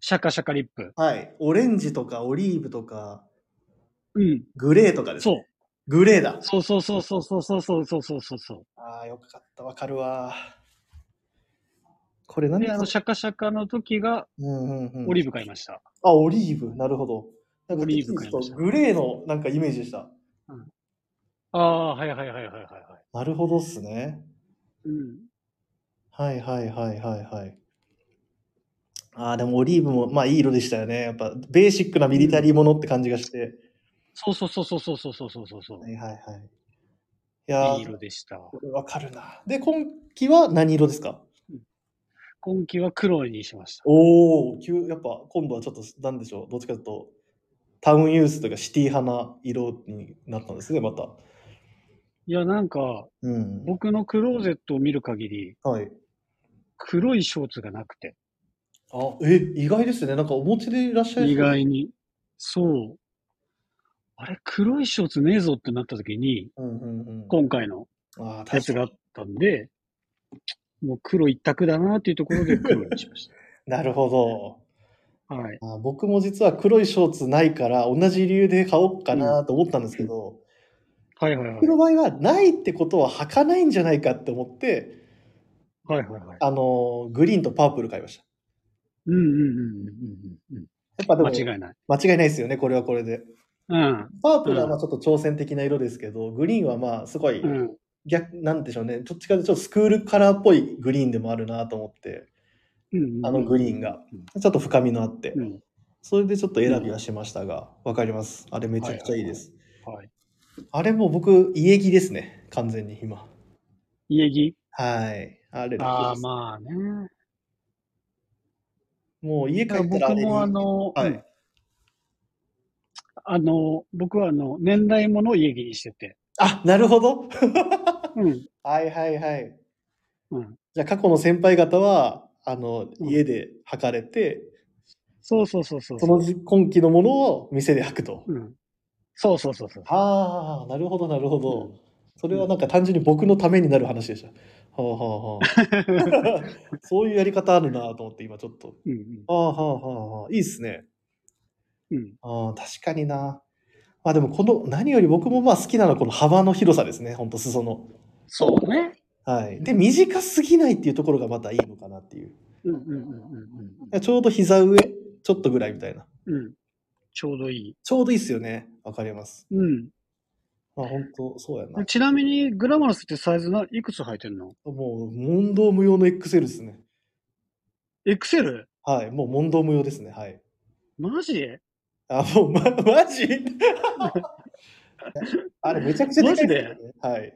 [SPEAKER 1] シャカシャカリップ。
[SPEAKER 2] はい。オレンジとかオリーブとか、
[SPEAKER 1] うん、
[SPEAKER 2] グレーとかです、
[SPEAKER 1] そ
[SPEAKER 2] ね。
[SPEAKER 1] う。
[SPEAKER 2] グレーだ。
[SPEAKER 1] そうそうそうそうそうそうそうそうそうそう
[SPEAKER 2] ああ、よかった。わかるわ。これ何
[SPEAKER 1] で、あの、シャカシャカの時が、
[SPEAKER 2] うんうんうん。
[SPEAKER 1] オリーブ買いました。
[SPEAKER 2] あ、オリーブ。なるほど。なんか
[SPEAKER 1] オリーブ買い
[SPEAKER 2] ちょ
[SPEAKER 1] ま
[SPEAKER 2] っ
[SPEAKER 1] した
[SPEAKER 2] とグレーのなんかイメージでした。
[SPEAKER 1] ああ、はいはいはいはいはい。はい
[SPEAKER 2] なるほどっすね。
[SPEAKER 1] うん。
[SPEAKER 2] はいはいはいはいはい。ああ、でもオリーブも、まあいい色でしたよね。やっぱ、ベーシックなミリタリーものって感じがして。
[SPEAKER 1] そうそうそうそうそうそうそうそうそうそう
[SPEAKER 2] はいはいはい。いや
[SPEAKER 1] いい
[SPEAKER 2] ー、
[SPEAKER 1] 色でした。
[SPEAKER 2] これわかるな。で、今季は何色ですか
[SPEAKER 1] 今季は黒にしました。
[SPEAKER 2] おお、急、やっぱ今度はちょっと、なんでしょう。どっちかというと、タウンユースとかシティ派な色になったんですね、また。
[SPEAKER 1] いや、なんか、
[SPEAKER 2] うん。
[SPEAKER 1] 僕のクローゼットを見る限り、
[SPEAKER 2] はい。
[SPEAKER 1] 黒いショーツがなくて、
[SPEAKER 2] あ、え、意外ですね。なんかお持ちでいらっしゃる。
[SPEAKER 1] 意外に。そう。あれ、黒いショーツねえぞってなった時に、
[SPEAKER 2] うんうんうん。
[SPEAKER 1] 今回の
[SPEAKER 2] ああ、
[SPEAKER 1] や
[SPEAKER 2] 確か
[SPEAKER 1] つ
[SPEAKER 2] に。
[SPEAKER 1] があったんで、もう黒一択だなっていうところで黒にしまし
[SPEAKER 2] なるほど。
[SPEAKER 1] た。はい。
[SPEAKER 2] あ僕も実は黒いショーツないから同じ理由で買おうかなと思ったんですけど、
[SPEAKER 1] はいはいはい
[SPEAKER 2] 僕。の場合はないってことは履かないんじゃないかって思って、
[SPEAKER 1] はいはいはい。
[SPEAKER 2] あのーグリーンとパープル買いました。
[SPEAKER 1] うんうんうんうんうん
[SPEAKER 2] やっぱ
[SPEAKER 1] う
[SPEAKER 2] で
[SPEAKER 1] ん。
[SPEAKER 2] も
[SPEAKER 1] 間違いない。
[SPEAKER 2] 間違いないですよね、これはこれで。
[SPEAKER 1] うん。
[SPEAKER 2] パープルはまあちょっと挑戦的な色ですけど、グリーンはまあすごい
[SPEAKER 1] うん。
[SPEAKER 2] 逆、なんでしょうね、どっちかというとスクールカラーっぽいグリーンでもあるなと思って、
[SPEAKER 1] うん。
[SPEAKER 2] あのグリーンが
[SPEAKER 1] うん。
[SPEAKER 2] ちょっと深みのあって
[SPEAKER 1] う。ん。
[SPEAKER 2] それでちょっと選びはしましたが、わかります。あれめちゃくちゃいいです。
[SPEAKER 1] はい。
[SPEAKER 2] あれもう僕、家着ですね。完全に今。
[SPEAKER 1] 家着
[SPEAKER 2] はい。あれ
[SPEAKER 1] あ
[SPEAKER 2] 楽
[SPEAKER 1] あ、
[SPEAKER 2] です
[SPEAKER 1] まあね。
[SPEAKER 2] もう家帰ったらあ
[SPEAKER 1] 僕
[SPEAKER 2] れに。
[SPEAKER 1] もあの、
[SPEAKER 2] は
[SPEAKER 1] うん
[SPEAKER 2] い。
[SPEAKER 1] あの、僕はあの、年代ものを家着にしてて。
[SPEAKER 2] あ、なるほど。
[SPEAKER 1] うん。
[SPEAKER 2] はいはいはい。
[SPEAKER 1] うん。
[SPEAKER 2] じゃあ過去の先輩方は、あの、
[SPEAKER 1] うん
[SPEAKER 2] 家で履かれて、
[SPEAKER 1] そうそうそうそう。
[SPEAKER 2] その時今期のものを店で履くと。
[SPEAKER 1] うん。そうそうそうそう。
[SPEAKER 2] ああ、なるほどなるほど。
[SPEAKER 1] うん
[SPEAKER 2] それはなんか単純に僕のためになる話でした。はあはあはあ。 そういうやり方あるなと思って今ちょっと。
[SPEAKER 1] うんうん
[SPEAKER 2] ああはあはあはあ。いいっすね。
[SPEAKER 1] うん。
[SPEAKER 2] ああ、確かにな。まあでもこの、何より僕もまあ好きなのはこの幅の広さですね。ほんと裾の。
[SPEAKER 1] そうね。
[SPEAKER 2] はい。で、短すぎないっていうところがまたいいのかなっていう。
[SPEAKER 1] うんうんうんうんうん
[SPEAKER 2] ちょうど膝上、ちょっとぐらいみたいな。
[SPEAKER 1] うん。うん。ちょうどいい。
[SPEAKER 2] ちょうどいいっすよね。わかります。
[SPEAKER 1] うん。
[SPEAKER 2] まあ本当そうやな。
[SPEAKER 1] ちなみに、グラマラスってサイズないくつ履いてんの
[SPEAKER 2] もう問答無用の XL ですね。
[SPEAKER 1] ?XL?
[SPEAKER 2] はい。もう問答無用ですね。はい。
[SPEAKER 1] マジ
[SPEAKER 2] あ、もう、ま、マジ あれめちゃくちゃでかいすよねはい。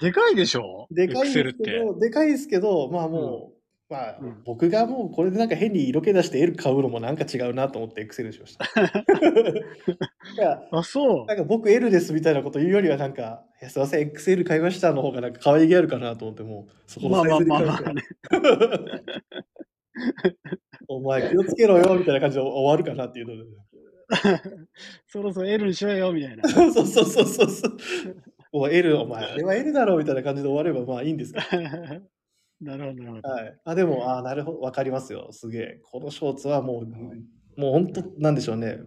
[SPEAKER 1] でかいでしょ
[SPEAKER 2] でかいん
[SPEAKER 1] ?XL
[SPEAKER 2] で
[SPEAKER 1] っ
[SPEAKER 2] すけ
[SPEAKER 1] て。
[SPEAKER 2] ど、でかいですけど、まあもう、まあ
[SPEAKER 1] うん、
[SPEAKER 2] 僕がもうこれでなんか変に色気出して L 買うのもなんか違うなと思って XL にし ました。いや
[SPEAKER 1] あ、そう
[SPEAKER 2] な。んか僕 L ですみたいなこと言うよりはなんか、いやすいません、XL 買いましたの方がなんか可愛げあるかなと思って、もうそこ
[SPEAKER 1] ま
[SPEAKER 2] の
[SPEAKER 1] あ
[SPEAKER 2] サ
[SPEAKER 1] ま
[SPEAKER 2] イ
[SPEAKER 1] あ
[SPEAKER 2] ズ
[SPEAKER 1] まあ
[SPEAKER 2] で買
[SPEAKER 1] ま
[SPEAKER 2] いま
[SPEAKER 1] あ
[SPEAKER 2] した
[SPEAKER 1] ね。
[SPEAKER 2] お前気をつけろよみたいな感じで終わるかなっていうので。
[SPEAKER 1] そろそろ L にしようよ、みたいな。
[SPEAKER 2] そうそうそうそうそうそう。お前 L、お前あれは L だろうみたいな感じで終わればまあいいんですけど。
[SPEAKER 1] なるほど、なるほど。
[SPEAKER 2] はい、あでも、あーなるほど、わかりますよ。すげえ。このショーツはもう、もう本当、なんでしょうね。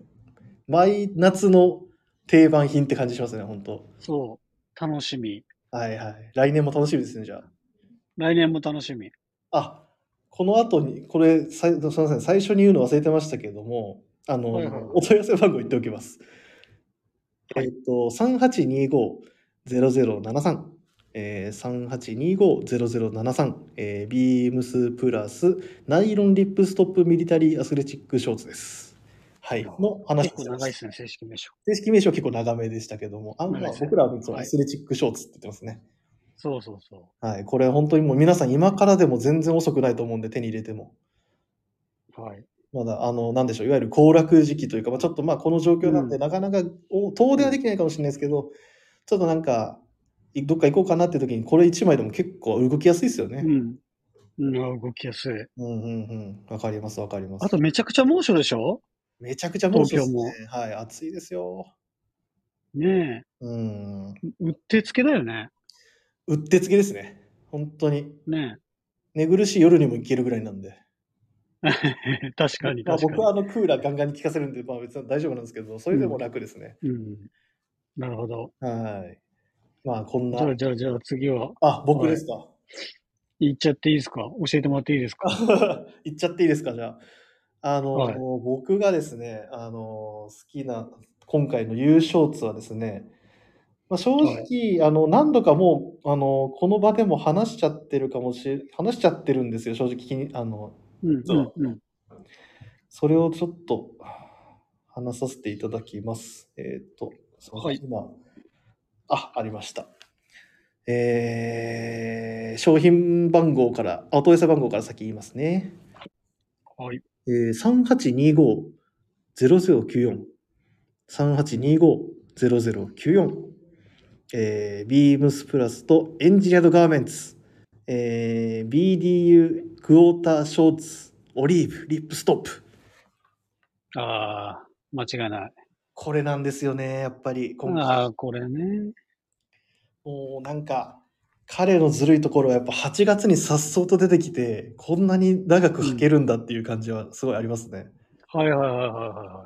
[SPEAKER 2] 毎夏の定番品って感じしますね、本当。
[SPEAKER 1] そう。楽しみ。
[SPEAKER 2] はいはい。来年も楽しみですね、じゃ
[SPEAKER 1] 来年も楽しみ。
[SPEAKER 2] あ。あ、この後に、これ、さいすみません、最初に言うの忘れてましたけども、あの、
[SPEAKER 1] はいはいはい
[SPEAKER 2] お問い合わせ番号言っておきます。えっと、3825-0073。えー、3825-0073、えー、ビームスプラスナイロンリップストップミリタリーアスレチックショーツです。はい。の話
[SPEAKER 1] 結
[SPEAKER 2] で
[SPEAKER 1] 構
[SPEAKER 2] す。
[SPEAKER 1] 長いですね、正式名称。
[SPEAKER 2] 正式名称結構長めでしたけども、あんま
[SPEAKER 1] 長い
[SPEAKER 2] あ
[SPEAKER 1] ですね
[SPEAKER 2] 僕らはその
[SPEAKER 1] はい
[SPEAKER 2] アスレチックショーツって言ってますね。
[SPEAKER 1] そうそうそ
[SPEAKER 2] はい、これ本当にもう皆さん今からでも全然遅くないと思うんで手に入れても。
[SPEAKER 1] う。はい。
[SPEAKER 2] まだ、あの、なんでしょう、いわゆる行楽時期というか、まあ、ちょっとまあこの状況なんで、
[SPEAKER 1] うん
[SPEAKER 2] なかなかお遠出はできないかもしれないですけど、ちょっとなんか、いどっか行こうかなっていう時に、これ1枚でも結構動きやすいですよ
[SPEAKER 1] う
[SPEAKER 2] ね。
[SPEAKER 1] ん。うん、動きやすい。
[SPEAKER 2] うんうんうん。わかります、わかります。
[SPEAKER 1] あと、めちゃくちゃ猛暑でしょ
[SPEAKER 2] めちゃくちゃ猛暑ですね
[SPEAKER 1] 東。
[SPEAKER 2] はい、暑いですよ。
[SPEAKER 1] ね
[SPEAKER 2] うん。
[SPEAKER 1] え。うってつけだよね。
[SPEAKER 2] うってつけですね。本当に。
[SPEAKER 1] ね
[SPEAKER 2] 寝苦しい夜にも行けるぐらいなんで。
[SPEAKER 1] え。 確かに、
[SPEAKER 2] まあ、
[SPEAKER 1] 確か
[SPEAKER 2] 僕
[SPEAKER 1] に
[SPEAKER 2] は。あのクーラーガンガンに効かせるんで、まあ別に大丈夫なんですけど、それでも楽ですね。
[SPEAKER 1] うん。なるほど。
[SPEAKER 2] はい。まあこんな
[SPEAKER 1] じゃ。あ、じゃあ、じゃあ、次は、
[SPEAKER 2] あ、僕ですか。
[SPEAKER 1] 行っちゃっていいですか教えてもらっていいですか
[SPEAKER 2] 言っちゃっていいですか、じゃあ。あの、
[SPEAKER 1] はい
[SPEAKER 2] 僕がですね、あの、好きな、今回の優勝ツはですね、まあ、正直、
[SPEAKER 1] は
[SPEAKER 2] あの、何度かもう、あの、この場でも話しちゃってるかもしれ、話しちゃってるんですよ、正直気に、あの、
[SPEAKER 1] うん、うん、うん。
[SPEAKER 2] それをちょっと話させていただきます。えーっ、と、そう
[SPEAKER 1] はい
[SPEAKER 2] 今、あ、ありました。えー商品番号から、あお問い合わせ番号から先言いますね。
[SPEAKER 1] はい。
[SPEAKER 2] えー、3825-0094。3825-0094。えー、ビームスプラスとエンジニアードガーメンツ。えー、BDU クォーターショーツ、オリーブ、リップストップ。
[SPEAKER 1] ああ、間違いない。
[SPEAKER 2] これなんですよね、やっぱり。今回
[SPEAKER 1] ああ、これね。
[SPEAKER 2] もうなんか、彼のずるいところはやっぱ8月にさっそうと出てきて、こんなに長く履けるんだっていう感じはすごいありますね。
[SPEAKER 1] はいはいはいはいはいは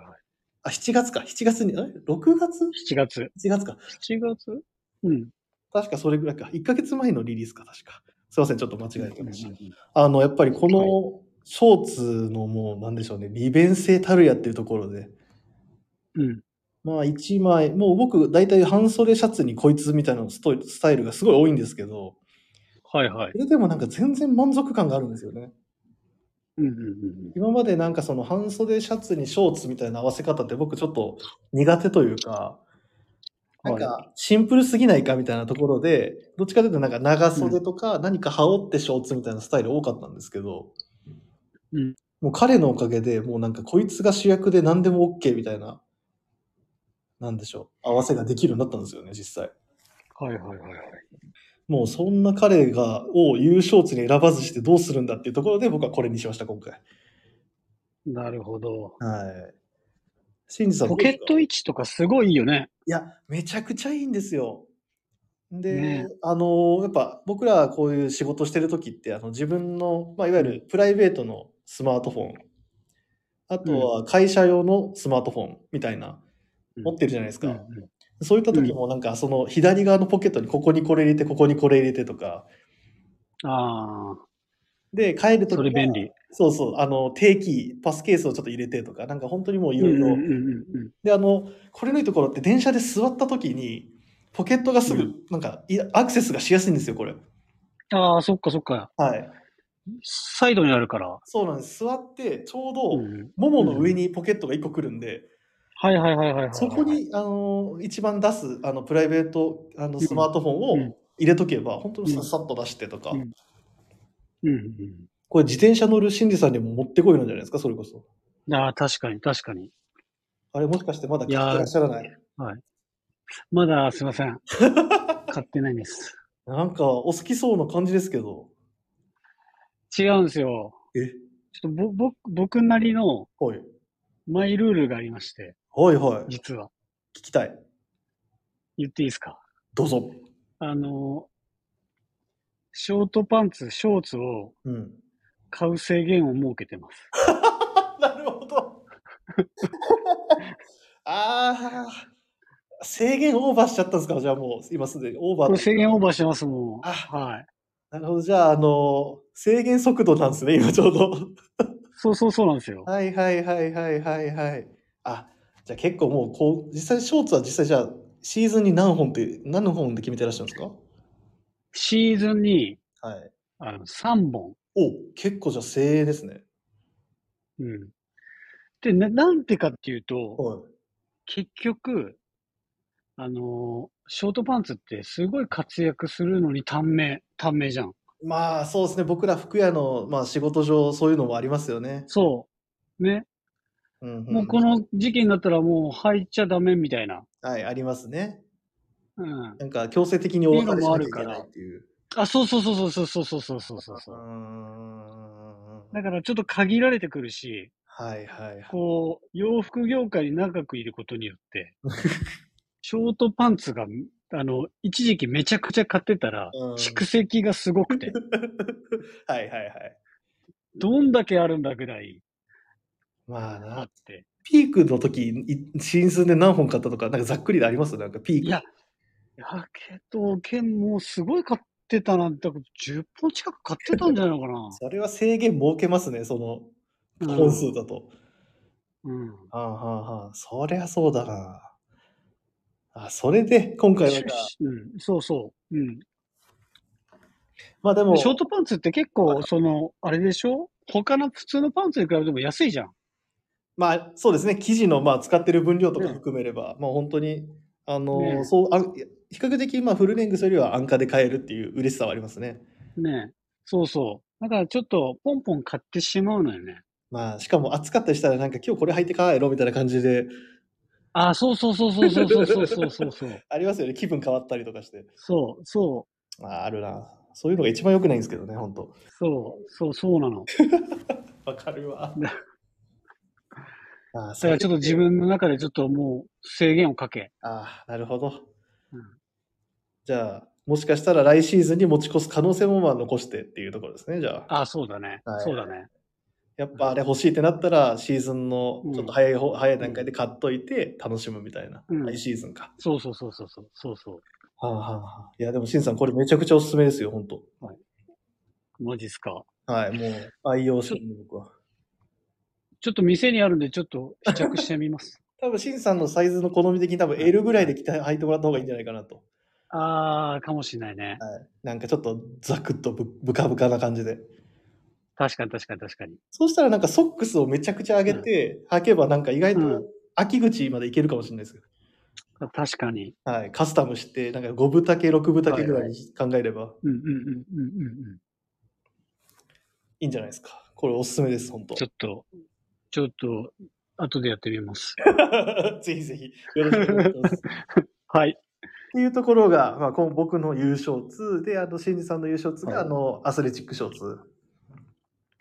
[SPEAKER 2] あ、7月か。7月に、え ?6 月
[SPEAKER 1] い。7月。
[SPEAKER 2] ?7 月か。
[SPEAKER 1] 7月うん。
[SPEAKER 2] 確かそれぐらいか。1ヶ月前のリリースか、確か。すいません、ちょっと間違えてました。
[SPEAKER 1] う
[SPEAKER 2] あの、やっぱりこ
[SPEAKER 1] は
[SPEAKER 2] のショーツのもう、なんでしょうね、利便性たるやっていうところで、
[SPEAKER 1] ん。
[SPEAKER 2] まあ1枚、もう僕、大体半袖シャツにこいつみたいなストスタイルがすごい多いんですけど、
[SPEAKER 1] はいはい。
[SPEAKER 2] それでもなんか全然満足感があるんですよね。
[SPEAKER 1] うんうんうん
[SPEAKER 2] 今までなんかその半袖シャツにショーツみたいな合わせ方って僕ちょっと苦手というか、
[SPEAKER 1] うん。
[SPEAKER 2] なん
[SPEAKER 1] は
[SPEAKER 2] かシンプルすぎないかみたいなところで、どっちかというとなんか長袖とか何か羽織ってショーツみたいなスタイル多かったんですけど、
[SPEAKER 1] い。うん。
[SPEAKER 2] もう彼のおかげでもうなんかこいつが主役で何でも OK みたいな、なんでしょう、合わせができるようになったんですよね、実際。
[SPEAKER 1] はいはいはいはい。
[SPEAKER 2] もうそんな彼が、を優勝地に選ばずしてどうするんだっていうところで僕はこれにしました、今回。
[SPEAKER 1] なるほど。
[SPEAKER 2] はい。シンジさんど
[SPEAKER 1] ポ
[SPEAKER 2] うで
[SPEAKER 1] ケ
[SPEAKER 2] す
[SPEAKER 1] ッ
[SPEAKER 2] か
[SPEAKER 1] ト位置とかすごいいいよね。
[SPEAKER 2] いや、めちゃくちゃいいんですよ。で、
[SPEAKER 1] ね
[SPEAKER 2] あの、やっぱ僕らこういう仕事してる時って、あの自分の、まあ、いわゆるプライベートのスマートフォン、あとは会社用のスマートフォンみたいな、
[SPEAKER 1] うん
[SPEAKER 2] 持ってるじゃないですか。
[SPEAKER 1] うんうん
[SPEAKER 2] そういった時もなんかその左側のポケットにここにこれ入れて、ここにこれ入れてとか、
[SPEAKER 1] ああ、
[SPEAKER 2] で、帰る時
[SPEAKER 1] そ
[SPEAKER 2] は
[SPEAKER 1] れ便利。
[SPEAKER 2] そうそう、あの、定期、パスケースをちょっと入れてとか、なんか本当にもういろいろ
[SPEAKER 1] うんうんうんうん
[SPEAKER 2] であのこれのいいところって電車で座った時にポケットがす
[SPEAKER 1] う
[SPEAKER 2] ぐ
[SPEAKER 1] ん
[SPEAKER 2] なんか、いアクセスがしやすいんですよこれ
[SPEAKER 1] ああ、そっかそっか。
[SPEAKER 2] はい
[SPEAKER 1] サイドにあるから。
[SPEAKER 2] そうなんです座ってちょう
[SPEAKER 1] う
[SPEAKER 2] ど
[SPEAKER 1] ん
[SPEAKER 2] ももの上にポケットが1個くるんで、
[SPEAKER 1] はいはいはいはいはい。
[SPEAKER 2] そこ。にあの一番出すあのプライベートあのスマートフォ
[SPEAKER 1] う
[SPEAKER 2] ン
[SPEAKER 1] ん
[SPEAKER 2] を入れとけば、本当にさ
[SPEAKER 1] うん
[SPEAKER 2] さっと出してとか、
[SPEAKER 1] うんうんうん
[SPEAKER 2] これ自転車乗る心理さんにも持ってこいなんじゃないですかそれこそ
[SPEAKER 1] うん。ああ、確かに確かに。
[SPEAKER 2] あれもしかしてまだ買ってらっしゃらない
[SPEAKER 1] まだすいません。 買ってないんです。
[SPEAKER 2] なんかお好きそうな感じですけど
[SPEAKER 1] 違うんですよ。
[SPEAKER 2] え
[SPEAKER 1] ちょっとぼ、ぼ、僕なりの
[SPEAKER 2] はい
[SPEAKER 1] マイルールがありまして、
[SPEAKER 2] はいはい聞
[SPEAKER 1] 実は。
[SPEAKER 2] きたい
[SPEAKER 1] 言っていいですか
[SPEAKER 2] どうぞ
[SPEAKER 1] あの、ショートパンツ、ショーツを
[SPEAKER 2] うん
[SPEAKER 1] 買う制限を設けてます。
[SPEAKER 2] なるほど。ああ、制限オーバーしちゃったんですか、じゃあもう今すでにオーバ
[SPEAKER 1] これ
[SPEAKER 2] ー。
[SPEAKER 1] 制限オーバーしてますもん。
[SPEAKER 2] あ
[SPEAKER 1] はい。
[SPEAKER 2] なるほど、じゃあ、あの、制限速度なんですね、今ちょうど。
[SPEAKER 1] そうそうそうなんですよ。
[SPEAKER 2] はいはいはいはいはいはい。あ、じゃあ結構もうこう、実際ショーツは実際じゃあ、シーズンに何本って、何本で決めてらっしゃるんです
[SPEAKER 1] シーズンに
[SPEAKER 2] かはい。
[SPEAKER 1] あの3本。
[SPEAKER 2] お、結構じゃあ精鋭ですね。
[SPEAKER 1] うん。で、ななんてかっていうと、
[SPEAKER 2] はい。
[SPEAKER 1] 結局、あのーショートパンツってすごい活躍するのに短命、短命じゃん。
[SPEAKER 2] まあそうですね、僕ら服屋の、まあ、仕事上そういうのもありますよね。
[SPEAKER 1] そう。ね。
[SPEAKER 2] うんんん
[SPEAKER 1] もうこの時期になったらもう入っちゃダメみたいな。
[SPEAKER 2] はい、ありますね。
[SPEAKER 1] うん。
[SPEAKER 2] なんか強制的にお別れしなきゃいけないっていう。
[SPEAKER 1] あ、そうそうそうそうそうそうそうそうそう
[SPEAKER 2] うー
[SPEAKER 1] そう。
[SPEAKER 2] ん
[SPEAKER 1] だからちょっと限られてくるし、
[SPEAKER 2] は いはいはい。
[SPEAKER 1] こう、洋服業界に長くいることによっ て、ショートパンツが、あの、一時期めちゃくちゃ買ってたら
[SPEAKER 2] うん、
[SPEAKER 1] 蓄積がすごく て、
[SPEAKER 2] はいはいはい。
[SPEAKER 1] どんだけあるんだぐらい
[SPEAKER 2] まあ
[SPEAKER 1] あっ
[SPEAKER 2] な、
[SPEAKER 1] て。
[SPEAKER 2] ピークの時、いシ数で何本買ったとか、なんかざっくりでありますなんかピーク。
[SPEAKER 1] いや、やけど、ケンもうすごい買ってたなんてこと、10本近く買ってたんじゃないのかな
[SPEAKER 2] それは制限設けますね、そ。
[SPEAKER 1] う
[SPEAKER 2] の
[SPEAKER 1] ん
[SPEAKER 2] 本数だと。
[SPEAKER 1] うん。
[SPEAKER 2] はあはあはあ、そりゃそうだな。あ、それで、今回はなんか、
[SPEAKER 1] うん、そうそう。うん。
[SPEAKER 2] まあでも、
[SPEAKER 1] でショートパンツって結構、その、あれでしょ他の普通のパンツに比べても安いじゃん。
[SPEAKER 2] まあそうですね、生地のまあ使ってる分量とか
[SPEAKER 1] ね
[SPEAKER 2] 含めれば、まあ本当に、あの
[SPEAKER 1] ね
[SPEAKER 2] そうあん比較的まあフルレングスよりは安価で買えるっていう嬉しさはありますね。
[SPEAKER 1] ねえ。そうそう。だからちょっと、ポンポン買ってしまうのよね。
[SPEAKER 2] まあ、しかも暑かったりしたら、なんか今日これ履いて帰ろうみたいな感じで、
[SPEAKER 1] あ、そうそうそうそうそうそうそうそう そうそう。
[SPEAKER 2] ありますよね、気分変わったりとかして。
[SPEAKER 1] そうそ
[SPEAKER 2] まあ、あるな。そういうのが一番良くないんですけどね、本当
[SPEAKER 1] う、そう、そう、そうなの。
[SPEAKER 2] わかる わ。ああ、
[SPEAKER 1] だからちょっと自
[SPEAKER 2] 分。
[SPEAKER 1] 分の中でちょっともう制限をかけ。
[SPEAKER 2] ああ、なるほど。
[SPEAKER 1] うん
[SPEAKER 2] じゃあ、もしかしたら来シーズンに持ち越す可能性もまあ残してっていうところですね、じゃあ。
[SPEAKER 1] あ、そうだね。
[SPEAKER 2] はい
[SPEAKER 1] そうだね。
[SPEAKER 2] やっぱあれ欲しいってなったら、シーズンのちょっと早い方、早い段階で買っといて楽しむみたいな、
[SPEAKER 1] うん
[SPEAKER 2] 来シーズンか。
[SPEAKER 1] そうそうそうそうそう。そうそ
[SPEAKER 2] はあはあはあいや、でも、しんさん、これめちゃくちゃおすすめですよ、本当
[SPEAKER 1] う。マジっすか。
[SPEAKER 2] はい、もう、愛用してる僕は。
[SPEAKER 1] ちょっと店にあるんで、ちょっと試着してみ ます。
[SPEAKER 2] 多分、しんさんのサイズの好み的に多分 L ぐらいで着て履いてもらった方がいいんじゃないかなと。
[SPEAKER 1] あー、かもしれないね。
[SPEAKER 2] はい。なんかちょっとザクッとぶぶかぶかな感じで。
[SPEAKER 1] 確かに確かに確かに。
[SPEAKER 2] そうしたらなんかソックスをめちゃくちゃ上げて、履けばなんか意外
[SPEAKER 1] うん
[SPEAKER 2] と秋口までいけるかもしれないですけど。
[SPEAKER 1] 確かに。
[SPEAKER 2] はい。カスタムして、なんか5分丈、6分丈ぐらいに考えれば
[SPEAKER 1] うんうんうんうんうんうん。
[SPEAKER 2] いいんじゃないですか。これおすすめです、本当
[SPEAKER 1] ちょっと、ちょっと、後でやってみます。
[SPEAKER 2] ぜひぜひ、よろしくお願いし ます。
[SPEAKER 1] はい。
[SPEAKER 2] っていうところが、まあ、今僕の優勝2で、あの、シンジさんの優勝2が、
[SPEAKER 1] はい
[SPEAKER 2] あの、アスレチック賞2。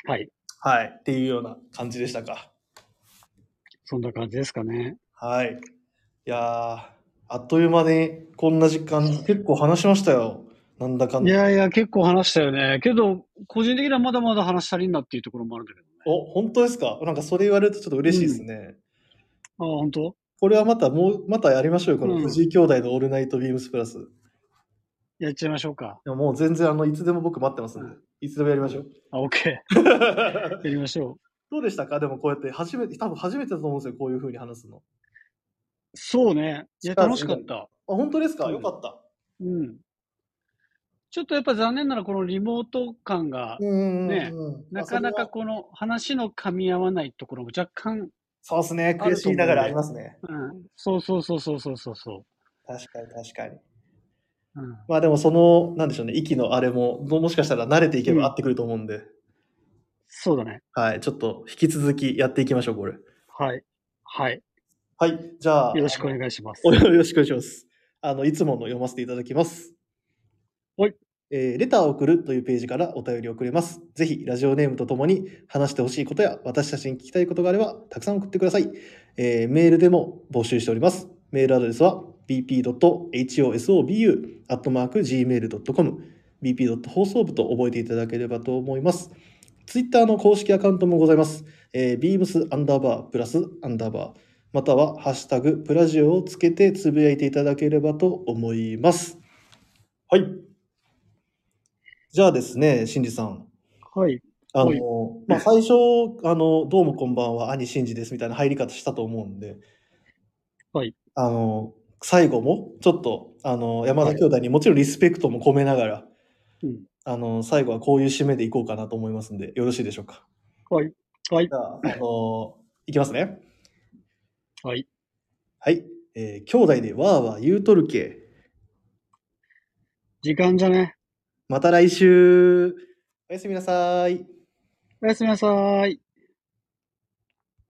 [SPEAKER 1] はい。
[SPEAKER 2] はい。っていうような感じでしたか。
[SPEAKER 1] そんな感じですかね。
[SPEAKER 2] はい。いやー、あっという間にこんな時間、結構話しましたよ。なんだかん
[SPEAKER 1] い
[SPEAKER 2] だ。
[SPEAKER 1] やいや、結構話したよね。けど、個人的にはまだまだ話足りんなっていうところもあるんだけどね。
[SPEAKER 2] お、本当ですかなんかそれ言われるとちょっと嬉しいですね。
[SPEAKER 1] ああ、本当
[SPEAKER 2] これはまた、もう、またやりましょうよ。この
[SPEAKER 1] うん
[SPEAKER 2] 藤井兄弟のオールナイトビームスプラス。
[SPEAKER 1] やっちゃいましょうか。
[SPEAKER 2] でももう全然、あの、いつでも僕待ってますんで。いつでもやりまし ょう。
[SPEAKER 1] あ、OK。や りましょう。
[SPEAKER 2] どうでしたかでもこうやって初めて、多分初めてだと思うんですよ。こういう風に話すの。
[SPEAKER 1] そうね。いや、
[SPEAKER 2] 力
[SPEAKER 1] 楽しかった。
[SPEAKER 2] あ、本当ですか
[SPEAKER 1] うん
[SPEAKER 2] よかった。
[SPEAKER 1] うん。ちょっとやっぱ残念なら、このリモート感が、
[SPEAKER 2] うん
[SPEAKER 1] ね
[SPEAKER 2] まあ
[SPEAKER 1] なかなかこの話の噛み合わないところも若干、
[SPEAKER 2] それはそうですね。悔しいながらありますね。
[SPEAKER 1] うん。そうそうそうそうそうそうそ
[SPEAKER 2] 確かに確かに。
[SPEAKER 1] う。うん。
[SPEAKER 2] まあでもその、なんでしょうね、息のあれも、ももしかしたら慣れていけ
[SPEAKER 1] うん
[SPEAKER 2] ば合ってくると思うんで、
[SPEAKER 1] そうだね。
[SPEAKER 2] はい、ちょっと引き続きやっていきましょう、これ。
[SPEAKER 1] はい。はい。
[SPEAKER 2] はい、じゃあ、
[SPEAKER 1] よろしくお
[SPEAKER 2] いし
[SPEAKER 1] 願いします。
[SPEAKER 2] ます。よろしくお 願いします。あの、いつもの読ませていただきます。
[SPEAKER 1] はい。
[SPEAKER 2] えーレターを送るというページからお便りをくれます。ぜひ、ラジオネームとともに話してほしいことや、私たちに聞きたいことがあれば、たくさん送ってください。えーメールでも募集しております。メールアドレスは bp.hosobu.gmail.com bp. 放送部と覚えていただければと思います。ツイッターの公式アカウントもございます。えー、beams アンダーバープラスアンダーバーまたはハッシュタグプラジオをつけてつぶやいていただければと思います。はい。じゃあですね、しんじさん。
[SPEAKER 1] はい。
[SPEAKER 2] あ
[SPEAKER 1] はい
[SPEAKER 2] の、まあ、最初、あの、どうもこんばんは、兄真司ですみたいな入り方したと思うんで、
[SPEAKER 1] はい。
[SPEAKER 2] あの、最後も、ちょっと、あの、山田兄弟にもちろんリスペクトも込めながら、
[SPEAKER 1] うん。
[SPEAKER 2] あの、最後はこういう締めでいこうかなと思いますんで、よろしいでしょうか。
[SPEAKER 1] はい。はい
[SPEAKER 2] じ。ゃあ、あの、いきますね。
[SPEAKER 1] はい。
[SPEAKER 2] はい。えー兄弟でわーわー言うとるけ。
[SPEAKER 1] 時間じゃね。
[SPEAKER 2] また来週。おやすみなさい。
[SPEAKER 1] おやすみなさーい。